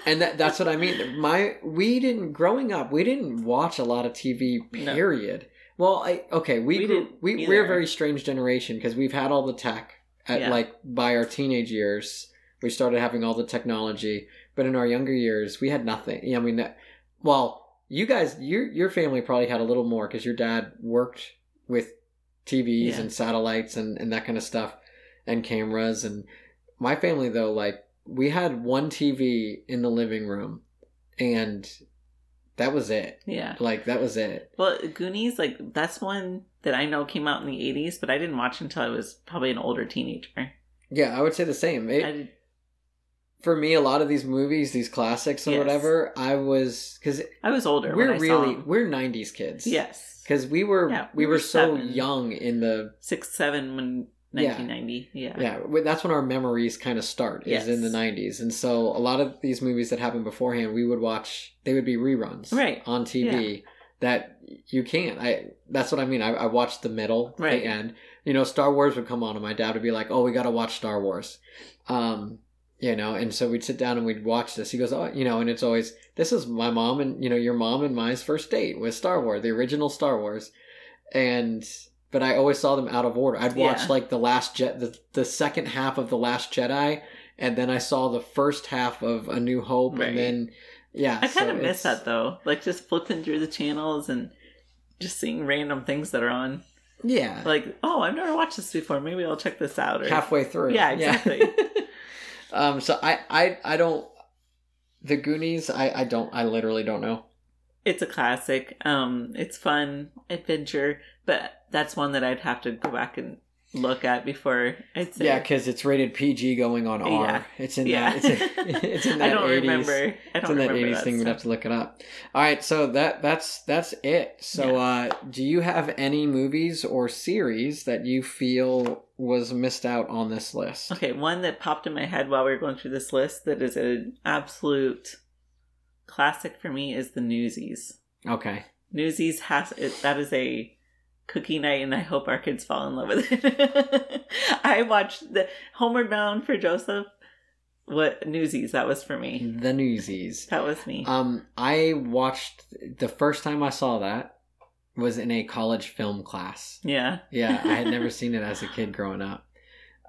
And that, that's what I mean. My we didn't growing up, we didn't watch a lot of TV
No.
period. Well, I okay, we,
We
grew-
didn't
we we're a
either.
very strange generation because we've had all the tech at
Yeah.
like by our teenage years. We started having all the technology, but in our younger years, we had nothing. Yeah, I mean, that, well, you guys, your your family probably had a little more because your dad worked with TVs
Yeah.
and satellites and, and that kind of stuff and cameras and my family though like we had one TV in the living room and that was it.
Yeah.
Like that was it.
Well, Goonies, like, that's one that I know came out in the 80s, but I didn't watch until I was probably an older teenager.
Yeah, I would say the same. It,
I did,
for me, a lot of these movies, these classics or
Yes.
whatever, I was because
I was older.
we're
when I
really
Saw 'em.
we're '90s kids.
Yes.
because we were
Yeah,
we
we
were,
were
so
seven.
young in the
Six, seven, when
Yeah.
1990. Yeah.
yeah. w that's when our memories kind of start is in the
Yes.
90s and so a lot of these movies that happened beforehand we would watch they would be reruns
Right.
on tv that you can't i that's what i mean i, I watched the middle
Right.
the end you know star wars would come on and my dad would be like oh we gotta watch star wars um you know and so we'd sit down and we'd watch this he goes oh you know and it's always this is my mom and you know your mom and mine's first date with star wars the original star wars and but i always saw them out of order i'd watch
Yeah.
like the last jet the, the second half of the last jedi and then i saw the first half of a new hope
Right.
and then yeah
I kind
so
of miss
it's-
that, though. Like, just flipping through the channels and just seeing random things that are on.
yeah
Like, oh, I've never watched this before. Maybe I'll check this out. Or,
halfway through
Yeah, exactly.
um so I, I i don't the goonies i i don't i literally don't know
it's a classic. Um, it's fun adventure, but that's one that I'd have to go back and look at before I'd say.
yeah because it's rated pg going on r
Yeah.
it's in
Yeah.
that it's in, it's in that
I don't
80s.
remember. I
It's
don't
in that
remember
80s
that
thing. We'd
stuff.
have to look it up. All right, so that that's that's it. So, uh, do you have any movies or series that you feel was missed out on this list?
Okay, one that popped in my head while we were going through this list that is an absolute classic for me is the Newsies.
Okay.
Newsies has it, that is a cookie night, and I hope our kids fall in love with it. I watched the Homeward Bound for Joseph. What Newsies? That was for me.
The Newsies.
That was me.
Mm. Um, I watched the first time I saw that was in a college film class.
yeah.
Yeah, I had never seen it as a kid growing up.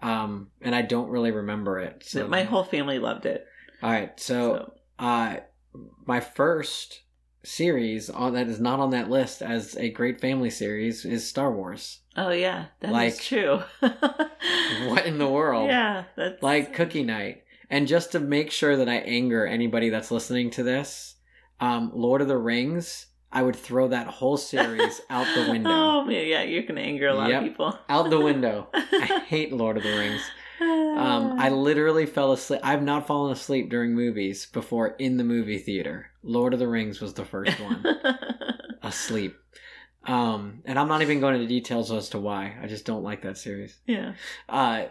Um, and I don't really remember it. So
my whole family loved it.
All right, so
So,
uh, my first series on that is not on that list as a great family series is Star Wars.
oh yeah, that is
Like-
true.
What in the world?
Yeah, that's
Like Cookie Night. And just to make sure that I anger anybody that's listening to this, um, Lord of the Rings, I would throw that whole series out the window.
Oh man, yeah, you're gonna anger a lot
Yep.
of people.
Out the window. I hate Lord of the Rings. Um, I literally fell asleep. I've not fallen asleep during movies before in the movie theater. Lord of the Rings was the first one. asleep. Um, and I'm not even going into details as to why. I just don't like that series.
yeah.
Uh,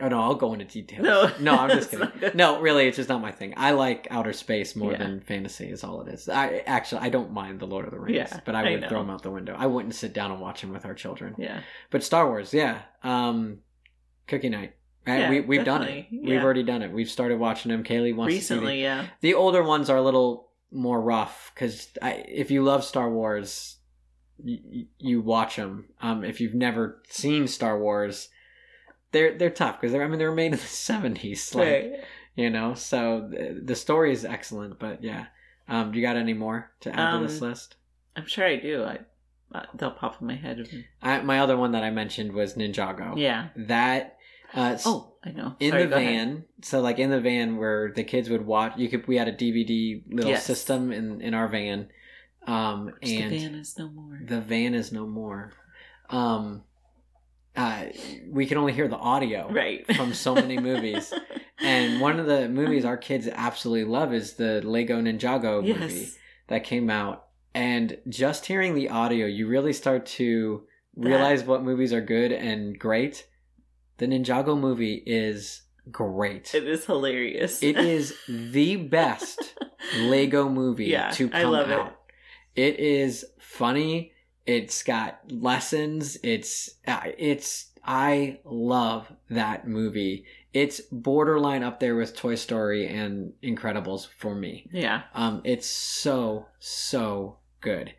oh no, I'll go into details.
No.
I'm just
It's
kidding.
not good.
No, really, it's just not my thing. I like outer space more
Yeah.
than fantasy is all it is. I actually I don't mind the Lord of the Rings,
Yeah,
but I
I
would
know.
throw them out the window. I wouldn't sit down and watch them with our children.
Yeah.
But Star Wars, yeah. Um, Cookie Night. Right?
Yeah,
we we've done
definitely.
it.
Yeah.
We've already done it. We've started watching them. Kaylee wants to see
Recently, yeah.
the older ones are a little more rough because if you love Star Wars, you, you watch them. Um, if you've never seen Star Wars, they're they're tough because they're I mean they were made in the seventies, like you know. So the, the story is excellent, but yeah. Um, do you got any more to add to this
Um,
list?
I'm sure I do. I, uh, they'll pop in my head.
I, my other one that I mentioned was Ninjago.
Yeah.
That. Uh,
Oh, I know.
Oh. in
Sorry,
the
go ahead.
van so like in the van where the kids would watch you could we had a dvd little
Yes.
system in in our van um
Just
and
the van is no more.
is no more um uh we can only hear the audio
right.
from so many movies. and one of the movies our kids absolutely love is the lego ninjago
yes.
movie that came out and just hearing the audio you really start to realize what movies are good and great the ninjago movie is great
It is hilarious.
it is the best Lego movie
Yeah,
to
I
come
love it.
out. it is funny. It's got lessons. It's uh, it's I love that movie. It's borderline up there with Toy Story and Incredibles for me.
Yeah.
Um, it's so so good.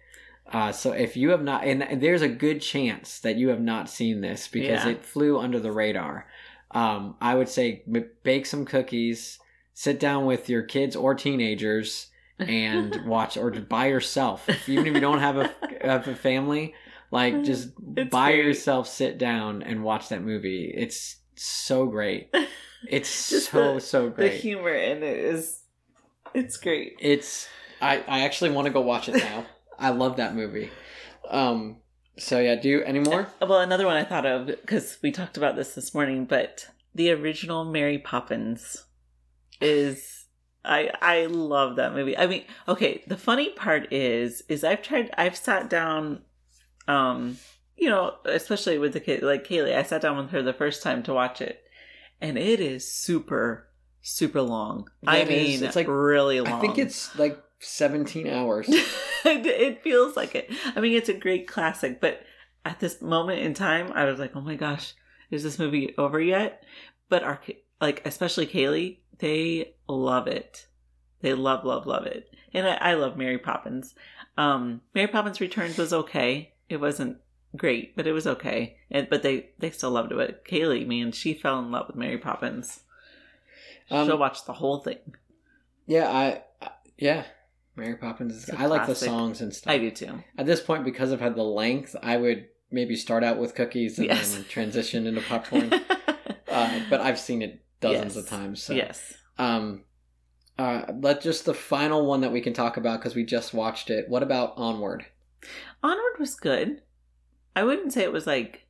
Uh, so if you have not, and there's a good chance that you have not seen this because
Yeah.
it flew under the radar. Um, I would say m- bake some cookies, sit down with your kids or teenagers, and watch, or by yourself. Even if you don't have a have a family, like just
It's
by
great.
yourself, sit down and watch that movie. It's so great. It's
Just
so
the-
so
the
great.
humor in it is it's great.
it's I, I actually want to go watch it now. I love that movie. Um, so yeah, do you any more?
Well, another one I thought of because we talked about this this morning, but the original Mary Poppins is I I love that movie. I mean, okay, the funny part is is I've tried I've sat down um you know, especially with the kid like Kaylee, I sat down with her the first time to watch it and it is super super long.
Yeah,
I
it is.
mean,
It's
it's
like-
like really long.
I think it's like 17 hours.
it, it feels like it. I mean, it's a great classic, but at this moment in time, I was like, oh my gosh, is this movie over yet? But our, ki- like, especially Kaylee, they love it. They love, love, love it. And I, I love Mary Poppins. Um, Mary Poppins Returns was okay. It wasn't great, but it was okay. And, but they, they still loved it. But Kaylee, man, she fell in love with Mary Poppins.
Um,
She'll watch the whole thing.
Yeah, I, I yeah. Mary Poppins is
It's a
I like the
classic.
songs and stuff.
I do too.
At this point because I've had the length, I would maybe start out with cookies and
Yes.
then transition into popcorn. uh, but I've seen it dozens
Yes.
of times. So.
yes.
Um, uh, let just the final one that we can talk about because we just watched it. What about Onward?
Onward was good. I wouldn't say it was like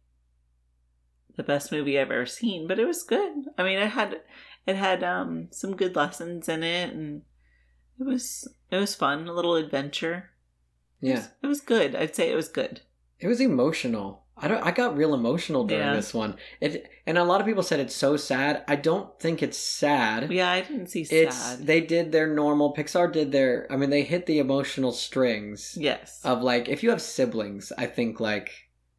the best movie I've ever seen, but it was good. I mean, it had it had um some good lessons in it and it was it was fun, a little adventure. It
Yeah,
was- It was good. I'd say it was good.
it was emotional. I don't. I got real emotional during
Yeah.
this one. It and a lot of people said it's so sad. I don't think it's sad.
Yeah, I didn't see sad.
It's they did their normal. Pixar did their. I mean, they hit the emotional strings
yes.
of like if you have siblings. I think like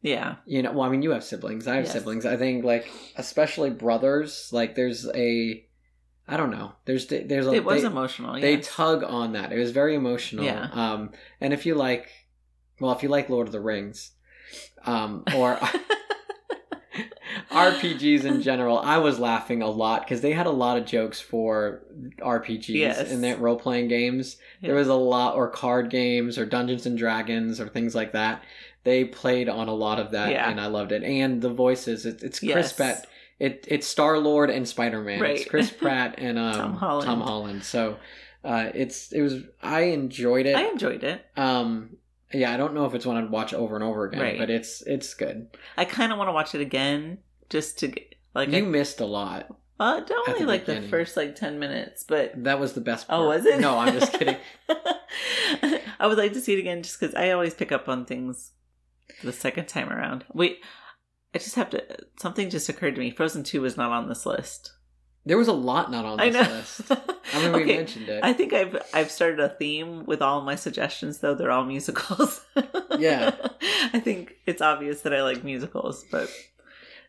yeah.
you know well i mean you have siblings i have
Yes.
siblings i think like especially brothers like there's a i don't know there's there's a
It was
they,
emotional.
they
yes.
tug on that it was very emotional
Yeah.
um and if you like well if you like lord of the rings um or RPGs in general, I was laughing a lot because they had a lot of jokes for RPGs
Yes.
and that role playing games. There was a lot, or card games, or Dungeons and Dragons, or things like that. They played on a lot of that,
Yeah.
and I loved it. And the voices, it, it's Chris
Yes.
Pratt. It, it's Star Lord and Spider Man. It's
Right.
Chris Pratt and um,
Tom Holland.
Holland. So uh, it's it was I enjoyed it.
I enjoyed it.
um, yeah, I don't know if it's one I'd watch over and over again,
Right.
but it's it's good.
I kind of want to watch it again just to get like
you
I,
missed a lot.
uh, to
at
only
the
like
beginning.
the first like 10 minutes, but
That was the best part.
Oh, was it?
No, I'm just kidding.
I would like to see it again just because I always pick up on things the second time around. Wait, I just have to. Something just occurred to me. Frozen 2 was not on this list.
There was a lot not on
I
this
know.
list. I mean, we
okay.
mentioned it.
I think I've I've started a theme with all my suggestions though they're all musicals.
Yeah.
I think it's obvious that I like musicals, but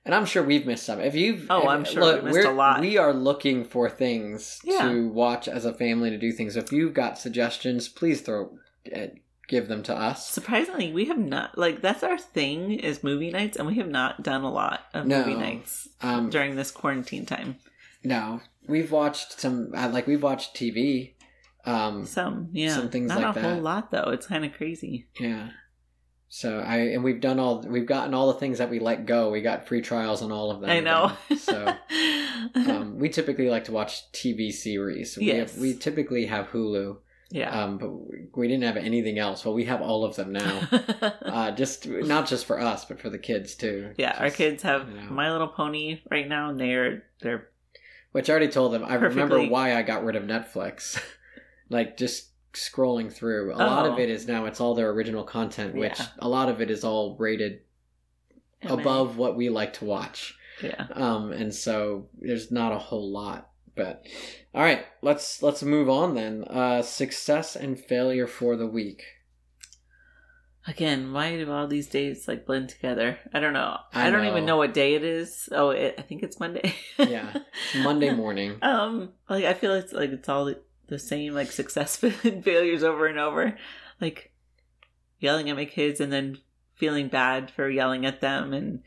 And I'm sure we've missed some. If you've,
Oh,
if-
I'm sure we missed
we're-
a lot.
We are looking for things
Yeah.
to watch as a family to do things. If you've got suggestions, please throw, eh, give them to us.
surprisingly we have not like that's our thing is movie nights and we have not done a lot of
No.
movie nights
Um,
during this quarantine time.
no, we've watched some. uh, Like we've watched TV. Um,
Some, yeah.
Some things
Not
like
a
that.
whole lot though. It's kind of crazy.
yeah. So I and we've done all we've gotten all the things that we let go. We got free trials on all of them.
I know.
so um, we typically like to watch TV series. We
Yes.
have, we typically have Hulu.
yeah.
um, but we- we didn't have anything else. Well, we have all of them now. uh, just not just for us, but for the kids too.
yeah, our
Just-
kids have
you know.
My Little Pony right now, and they're they're
Which I already told them. I remember
Perfectly.
why I got rid of Netflix. like just scrolling through, a lot
Oh.
of it is now it's all their original content, which
Yeah.
a lot of it is all rated above what we like to watch.
Yeah.
Um, and so there's not a whole lot. But all right, let's let's move on then. Uh, success and failure for the week.
Again, why do all these days like blend together? I don't know.
I
I, don't
know.
even know what day it is. Oh, it, I think it's Monday.
Yeah. Monday morning.
um, like I feel it's like it's all the- the same, like success and failures over and over. Like yelling at my kids and then feeling bad for yelling at them, and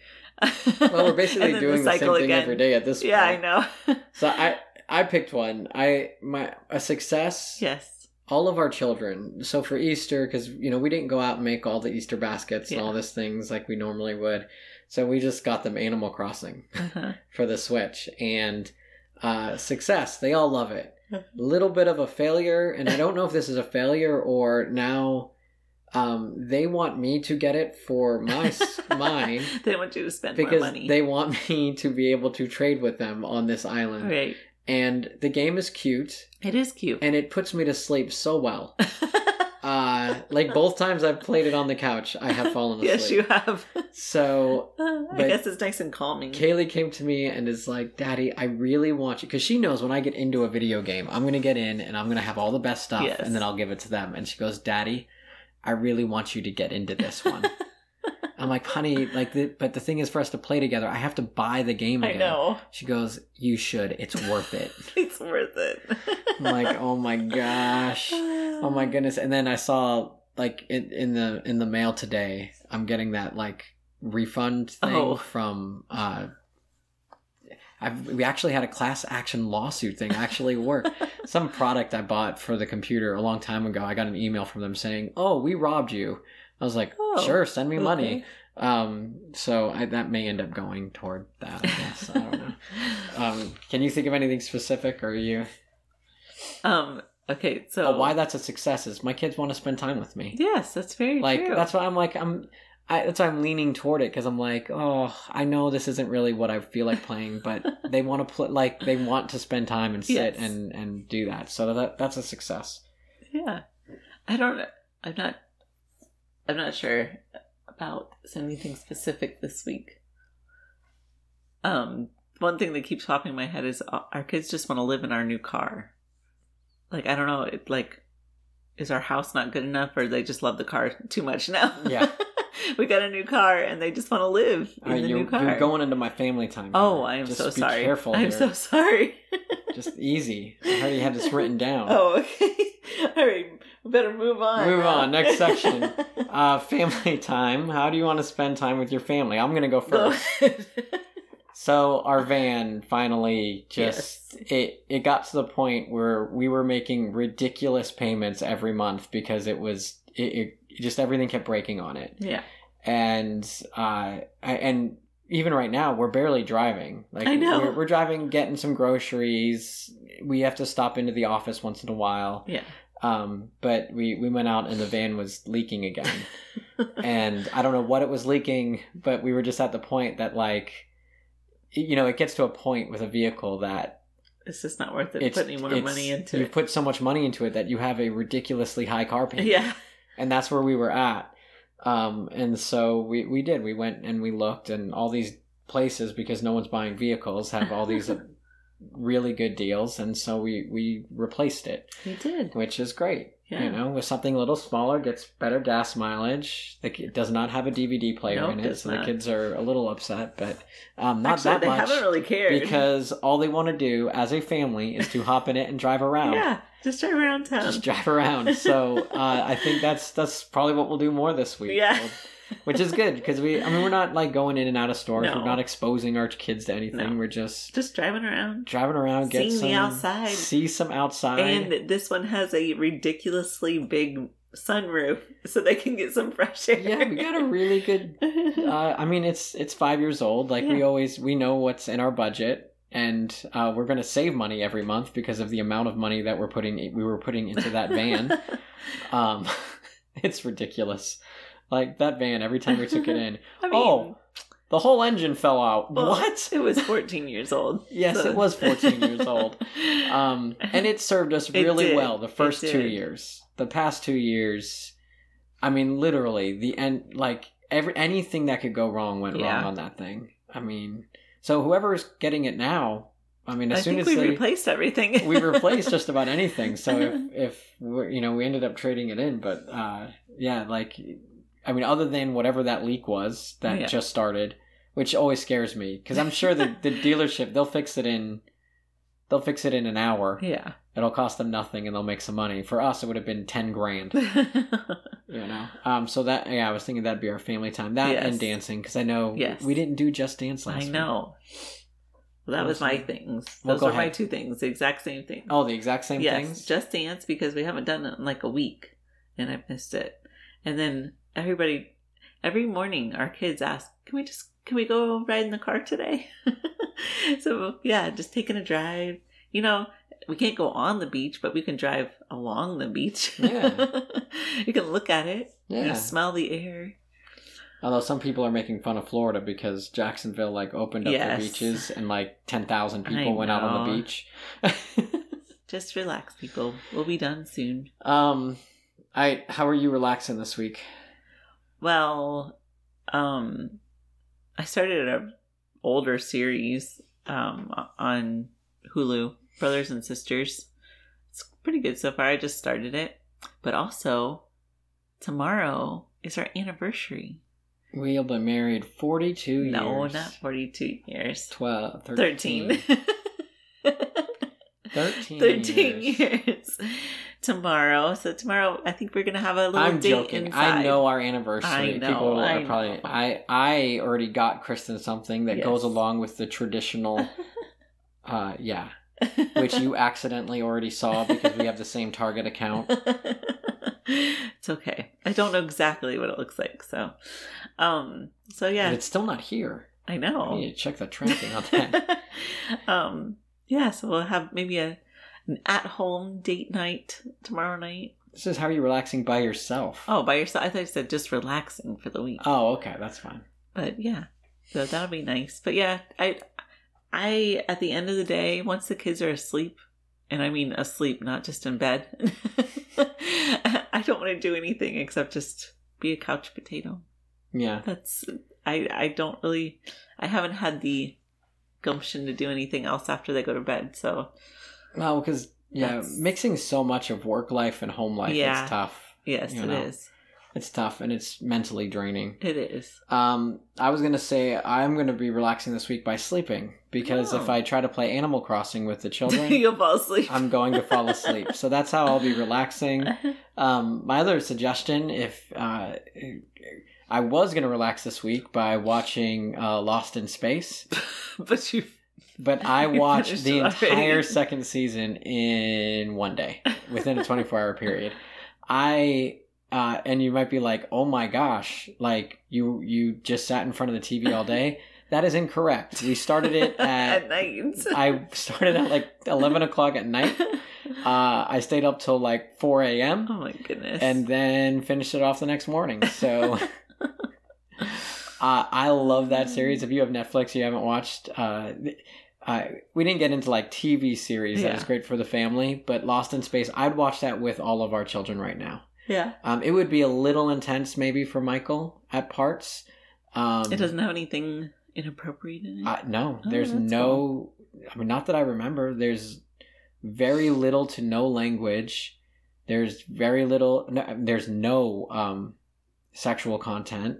Well, we're basically
and then
doing the, same
cycle
thing
again.
every day at this
Yeah, I
point.
know.
So I I picked one. I my a success.
yes.
All of our children. So for Easter, because you know we didn't go out and make all the Easter baskets and
Yeah.
all these things like we normally would. So we just got them Animal Crossing
Uh-huh.
for the Switch and uh, success. They all love it. little bit of a failure, and I don't know if this is a failure or now um, they want me to get it for my s- mine
they want you to spend more
because
money.
they want me to be able to trade with them on this island.
right.
And the game is cute,
It is cute.
and it puts me to sleep so well. Uh, like both times I've played it on the couch, I have fallen asleep.
yes, you have.
So
I guess it's nice and calming.
Kaylee came to me and is like, Daddy, I really want you. Because she knows when I get into a video game, I'm going to get in and I'm going to have all the best stuff
Yes.
and then I'll give it to them. And she goes, Daddy, I really want you to get into this one. I'm like, honey, like, the, but the thing is for us to play together, I have to buy the game
I
again.
know.
She goes, You should. oh It's worth it.
It's worth it.
I'm like, Oh my gosh. Oh my goodness! And then I saw like in, in the in the mail today, I'm getting that like refund thing
Oh.
from. Uh, I've, we actually had a class action lawsuit thing actually work. Some product I bought for the computer a long time ago. I got an email from them saying, "Oh, we robbed you." I was like,
Oh,
"Sure, send me money."
Okay.
Um, so I, that may end up going toward that. I guess I don't know. Um, can you think of anything specific, or are you?
Um. Okay. So
oh, why that's a success is my kids want to spend time with me.
Yes, that's very
like
true.
that's why i'm like i'm I, that's why i'm leaning toward it because i'm like oh i know this isn't really what i feel like playing but they want to play like they want to spend time and sit
Yes.
and and do that so that that's a success
yeah. I don't. I'm not. I'm not sure about anything specific this week. Um. One thing that keeps popping in my head is uh, our kids just want to live in our new car. Like I don't know. It like. Is our house not good enough, or they just love the car too much now?
Yeah.
we got a new car, and they just want to live in
All right,
the
you,
new car.
you're going into my family time
Oh,
here.
I am
Just
so
be
sorry.
careful
I'm
here.
so sorry.
just easy i already had this written down
Oh, okay. All right, we better move on.
Move
now.
on, next section. uh family time how do you want to spend time with your family i'm gonna go
Go
first
ahead.
So our van finally just
Yes.
it it got to the point where we were making ridiculous payments every month because it was it, it just everything kept breaking on it
yeah,
and uh I- and even right now we're barely driving like
I know.
We're, we're driving getting some groceries we have to stop into the office once in a while
yeah.
um but we we went out and the van was leaking again and I don't know what it was leaking, but we were just at the point that like you know, it gets to a point with a vehicle that
It's just not worth it
it's,
putting more
it's-
money into
you
it.
put so much money into it that you have a ridiculously high car payment.
Yeah,
And that's where we were at. Um and so we we did. We went and we looked and all these places because no one's buying vehicles have all these really good deals and so we we replaced it,
we did.
which is great.
Yeah,
You know, with something a little smaller, gets better gas mileage. Like it does not have a DVD player
No, it
in it,
does
so the
not.
kids are a little upset, but um, not
Actually,
that
they
much
haven't really cared
because all they want to do as a family is to hop in it and drive around.
yeah, just drive around town.
Just drive around. So uh, I think that's that's probably what we'll do more this week.
Yeah.
We'll- which is good because we I mean we're not like going in and out of stores.
No.
We're not exposing our kids to anything.
No.
We're just
just driving around.
driving around, get
Seeing
some
the outside.
see some outside.
And this one has a ridiculously big sunroof, so they can get some fresh air.
yeah, we got a really good uh, I mean, it's it's five years old. Like we
Yeah.
always we know what's in our budget, and uh, we're going to save money every month because of the amount of money that we're putting we were putting into that van. um, it's ridiculous. Like that van, every time we took it in,
I mean,
Oh, the whole engine fell out.
Well,
what?
It was 14 years old.
Yes,
so-
it was 14 years old. Um, and it served us
It
really
did.
well the first two
did.
years. The past two years, I mean, literally the end. Like every anything that could go wrong went
Yeah.
wrong on that thing. I mean, so whoever's getting it now, I mean, as
I
soon
think
as
we
they
replaced everything.
we replaced just about anything. So if if we're, you know we ended up trading it in, but uh, yeah, like I mean, other than whatever that leak was that
Yeah.
just started, which always scares me because I'm sure the the dealership they'll fix it in they'll fix it in an hour.
Yeah.
It'll cost them nothing and they'll make some money. For us, it would have been ten grand, you know. Um, so that yeah, I was thinking that'd be our family time, that
Yes.
and dancing because I know
Yes.
we didn't do just dance last.
I
week.
know. Well, that was my things.
Well,
Those
go
were my
ahead.
two things. The exact same thing.
Oh, the exact same
yes,
things.
just dance because we haven't done it in like a week, and I've missed it. And then everybody, every morning, our kids ask, "Can we just can we go ride in the car today?" so yeah, just taking a drive. You know, we can't go on the beach, but we can drive along the beach.
Yeah.
you can look at it. You
Yeah.
can smell the air.
Although some people are making fun of Florida because Jacksonville like opened up
Yes.
the beaches and like ten thousand
I
people went out on the
know.
beach.
Just relax, people. We'll be done soon.
um, I how are you relaxing this week?
Well, um, I started a older series um on Hulu, Brothers and Sisters. It's pretty good so far. I just started it, but also tomorrow is our anniversary.
We'll be married forty two years.
No, not forty-two years.
12, 13.
Thirteen.
13
Thirteen
years.
years. Tomorrow. So tomorrow, I think we're gonna have a little
I'm
date
joking.
inside.
I know our anniversary.
I know,
People are
I
probably.
know.
I I already got Kristen something that goes
Yes.
along with the traditional. uh, yeah, which you accidentally already saw because we have the same Target account.
it's okay. I don't know exactly what it looks like, so um so
But
yeah, Oh.
it's still not here.
I
I
know.
need to check the tracking on that.
um yeah, so we'll have maybe a an at home date night tomorrow night.
this is how you're relaxing by yourself.
Oh, by yourself I thought you said just relaxing for the week.
Oh, okay, that's fine.
But yeah. So that'll be nice. But yeah, I I at the end of the day, once the kids are asleep, and I mean asleep, not just in bed, I don't want to do anything except just be a couch potato.
Yeah,
That's I I don't really I haven't had the gumption to do anything else after they go to bed. So
well, because yeah,
That's-
mixing so much of work life and home life
Yeah.
is tough.
yes,
You
it
know.
is.
It's tough and it's mentally draining.
It is.
Um, I was gonna say I'm gonna be relaxing this week by sleeping because if
Oh.
I try to play Animal Crossing with the children,
You'll fall asleep.
I'm going to fall asleep. So that's how I'll be relaxing. Um, my other suggestion, if uh, I was gonna relax this week by watching uh, Lost in Space,
but you
but I
You
watched
finished
the
it already.
entire second season in one day within a 24 hour period. I uh, and you might be like, "Oh my gosh, like you you just sat in front of the TV all day." That is incorrect. We started it
at
at
night.
I started at like 11 o'clock at night. Uh, I stayed up till like 4
oh
a.m.
my goodness.
and then finished it off the next morning. So. Uh, I love that
Mm.
series. If you have Netflix, you haven't watched. Uh, th- uh, we didn't get into like TV series that is
Yeah.
great for the family, but Lost in Space, I'd watch that with all of our children right now.
yeah,
Um, it would be a little intense, maybe for Michael at parts. Um,
it doesn't have anything inappropriate in it.
Uh, no,
Oh,
there's
that's
no. I mean, not that I remember. There's very little to no language. There's very little. No, there's no um, sexual content.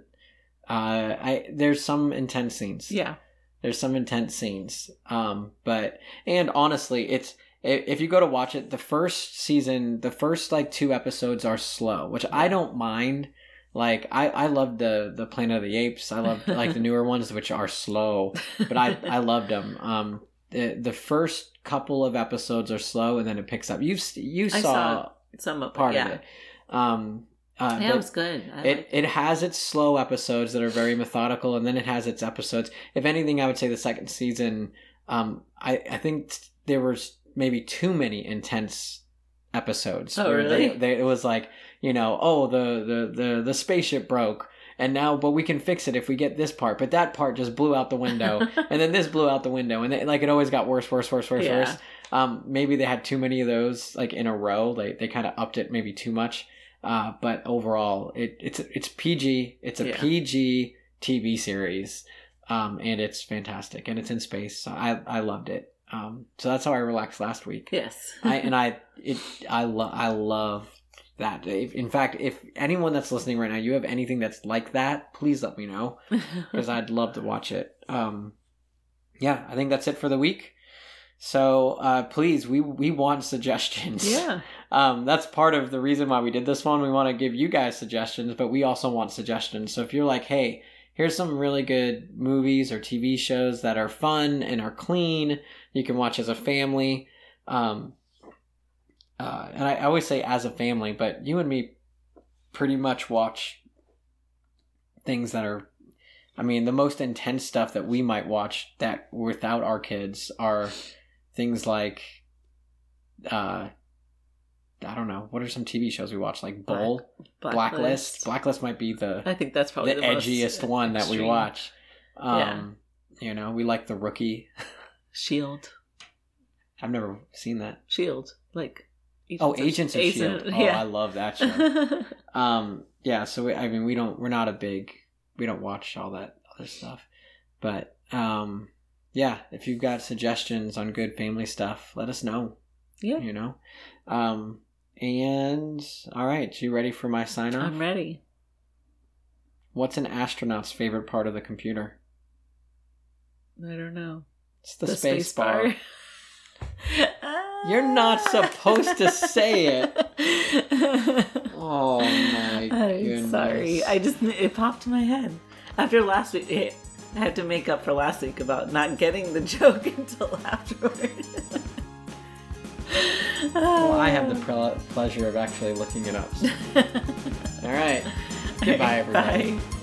Uh, I there's some intense scenes.
yeah,
There's some intense scenes. Um, but and honestly, it's i- if you go to watch it, the first season, the first like two episodes are slow, which I don't mind. Like I I love the the Planet of the Apes. I love like the newer ones which are slow, but I I loved them. Um, the, the first couple of episodes are slow and then it picks up. You s- you saw,
I saw some of
part
yeah.
of it. Um, uh,
Yeah,
but-
it was good. I
it,
liked
it has its slow episodes that are very methodical, and then it has its episodes. If anything, I would say the second season, um, I, I think t- there was maybe too many intense episodes.
Oh,
where they-
really?
they- it was like, you know, oh, the, the, the, the spaceship broke, and now, but we can fix it if we get this part, but that part just blew out the window, and then this blew out the window, and they, like it always got worse, worse, worse, worse,
Yeah.
worse. Um, maybe they had too many of those like in a row. They they kind of upped it maybe too much. Uh, but overall, it it's it's PG. It's a
Yeah.
PG TV series, um, and it's fantastic, and it's in space. So I I loved it. Um, so that's how I relaxed last week.
yes.
I and I it I love I love that. If, in fact, if anyone that's listening right now, you have anything that's like that, please let me know because I'd love to watch it. Um, yeah, I think that's it for the week. So uh, please, we we want suggestions.
yeah,
Um, that's part of the reason why we did this one. We want to give you guys suggestions, but we also want suggestions. So if you're like, hey, here's some really good movies or TV shows that are fun and are clean, you can watch as a family. Um, uh, and I, I always say as a family, but you and me pretty much watch things that are, I mean, the most intense stuff that we might watch that without our kids are things like uh, I don't know. What are some TV shows we watch? Like Bull, Blacklist. Blacklist, might be the
I think that's probably
the,
the, most
edgiest one that we
extreme.
watch. Um, You know, we like The Rookie.
Shield,
I've never seen that.
Shield, like
Oh, Agents of
Agent-
Shield. Oh, I
E Yeah.
love that show. um, yeah. So we, I mean, we don't. We're not a big. We don't watch all that other stuff, but um, yeah. If you've got suggestions on good family stuff, let us know.
Yeah.
You know. Um, and all right, you ready for my sign off?
I'm ready.
What's an astronaut's favorite part of the computer?
I don't know.
It's the, space, bar.
Ah.
You're not supposed to say it. Oh my
I'm
goodness.
sorry. I just it popped in my head after last week. It, I had to make up for last week about not getting the joke until afterward.
Well, I have the pre- pleasure of actually looking it up. so. All right. Goodbye, everybody.
Bye.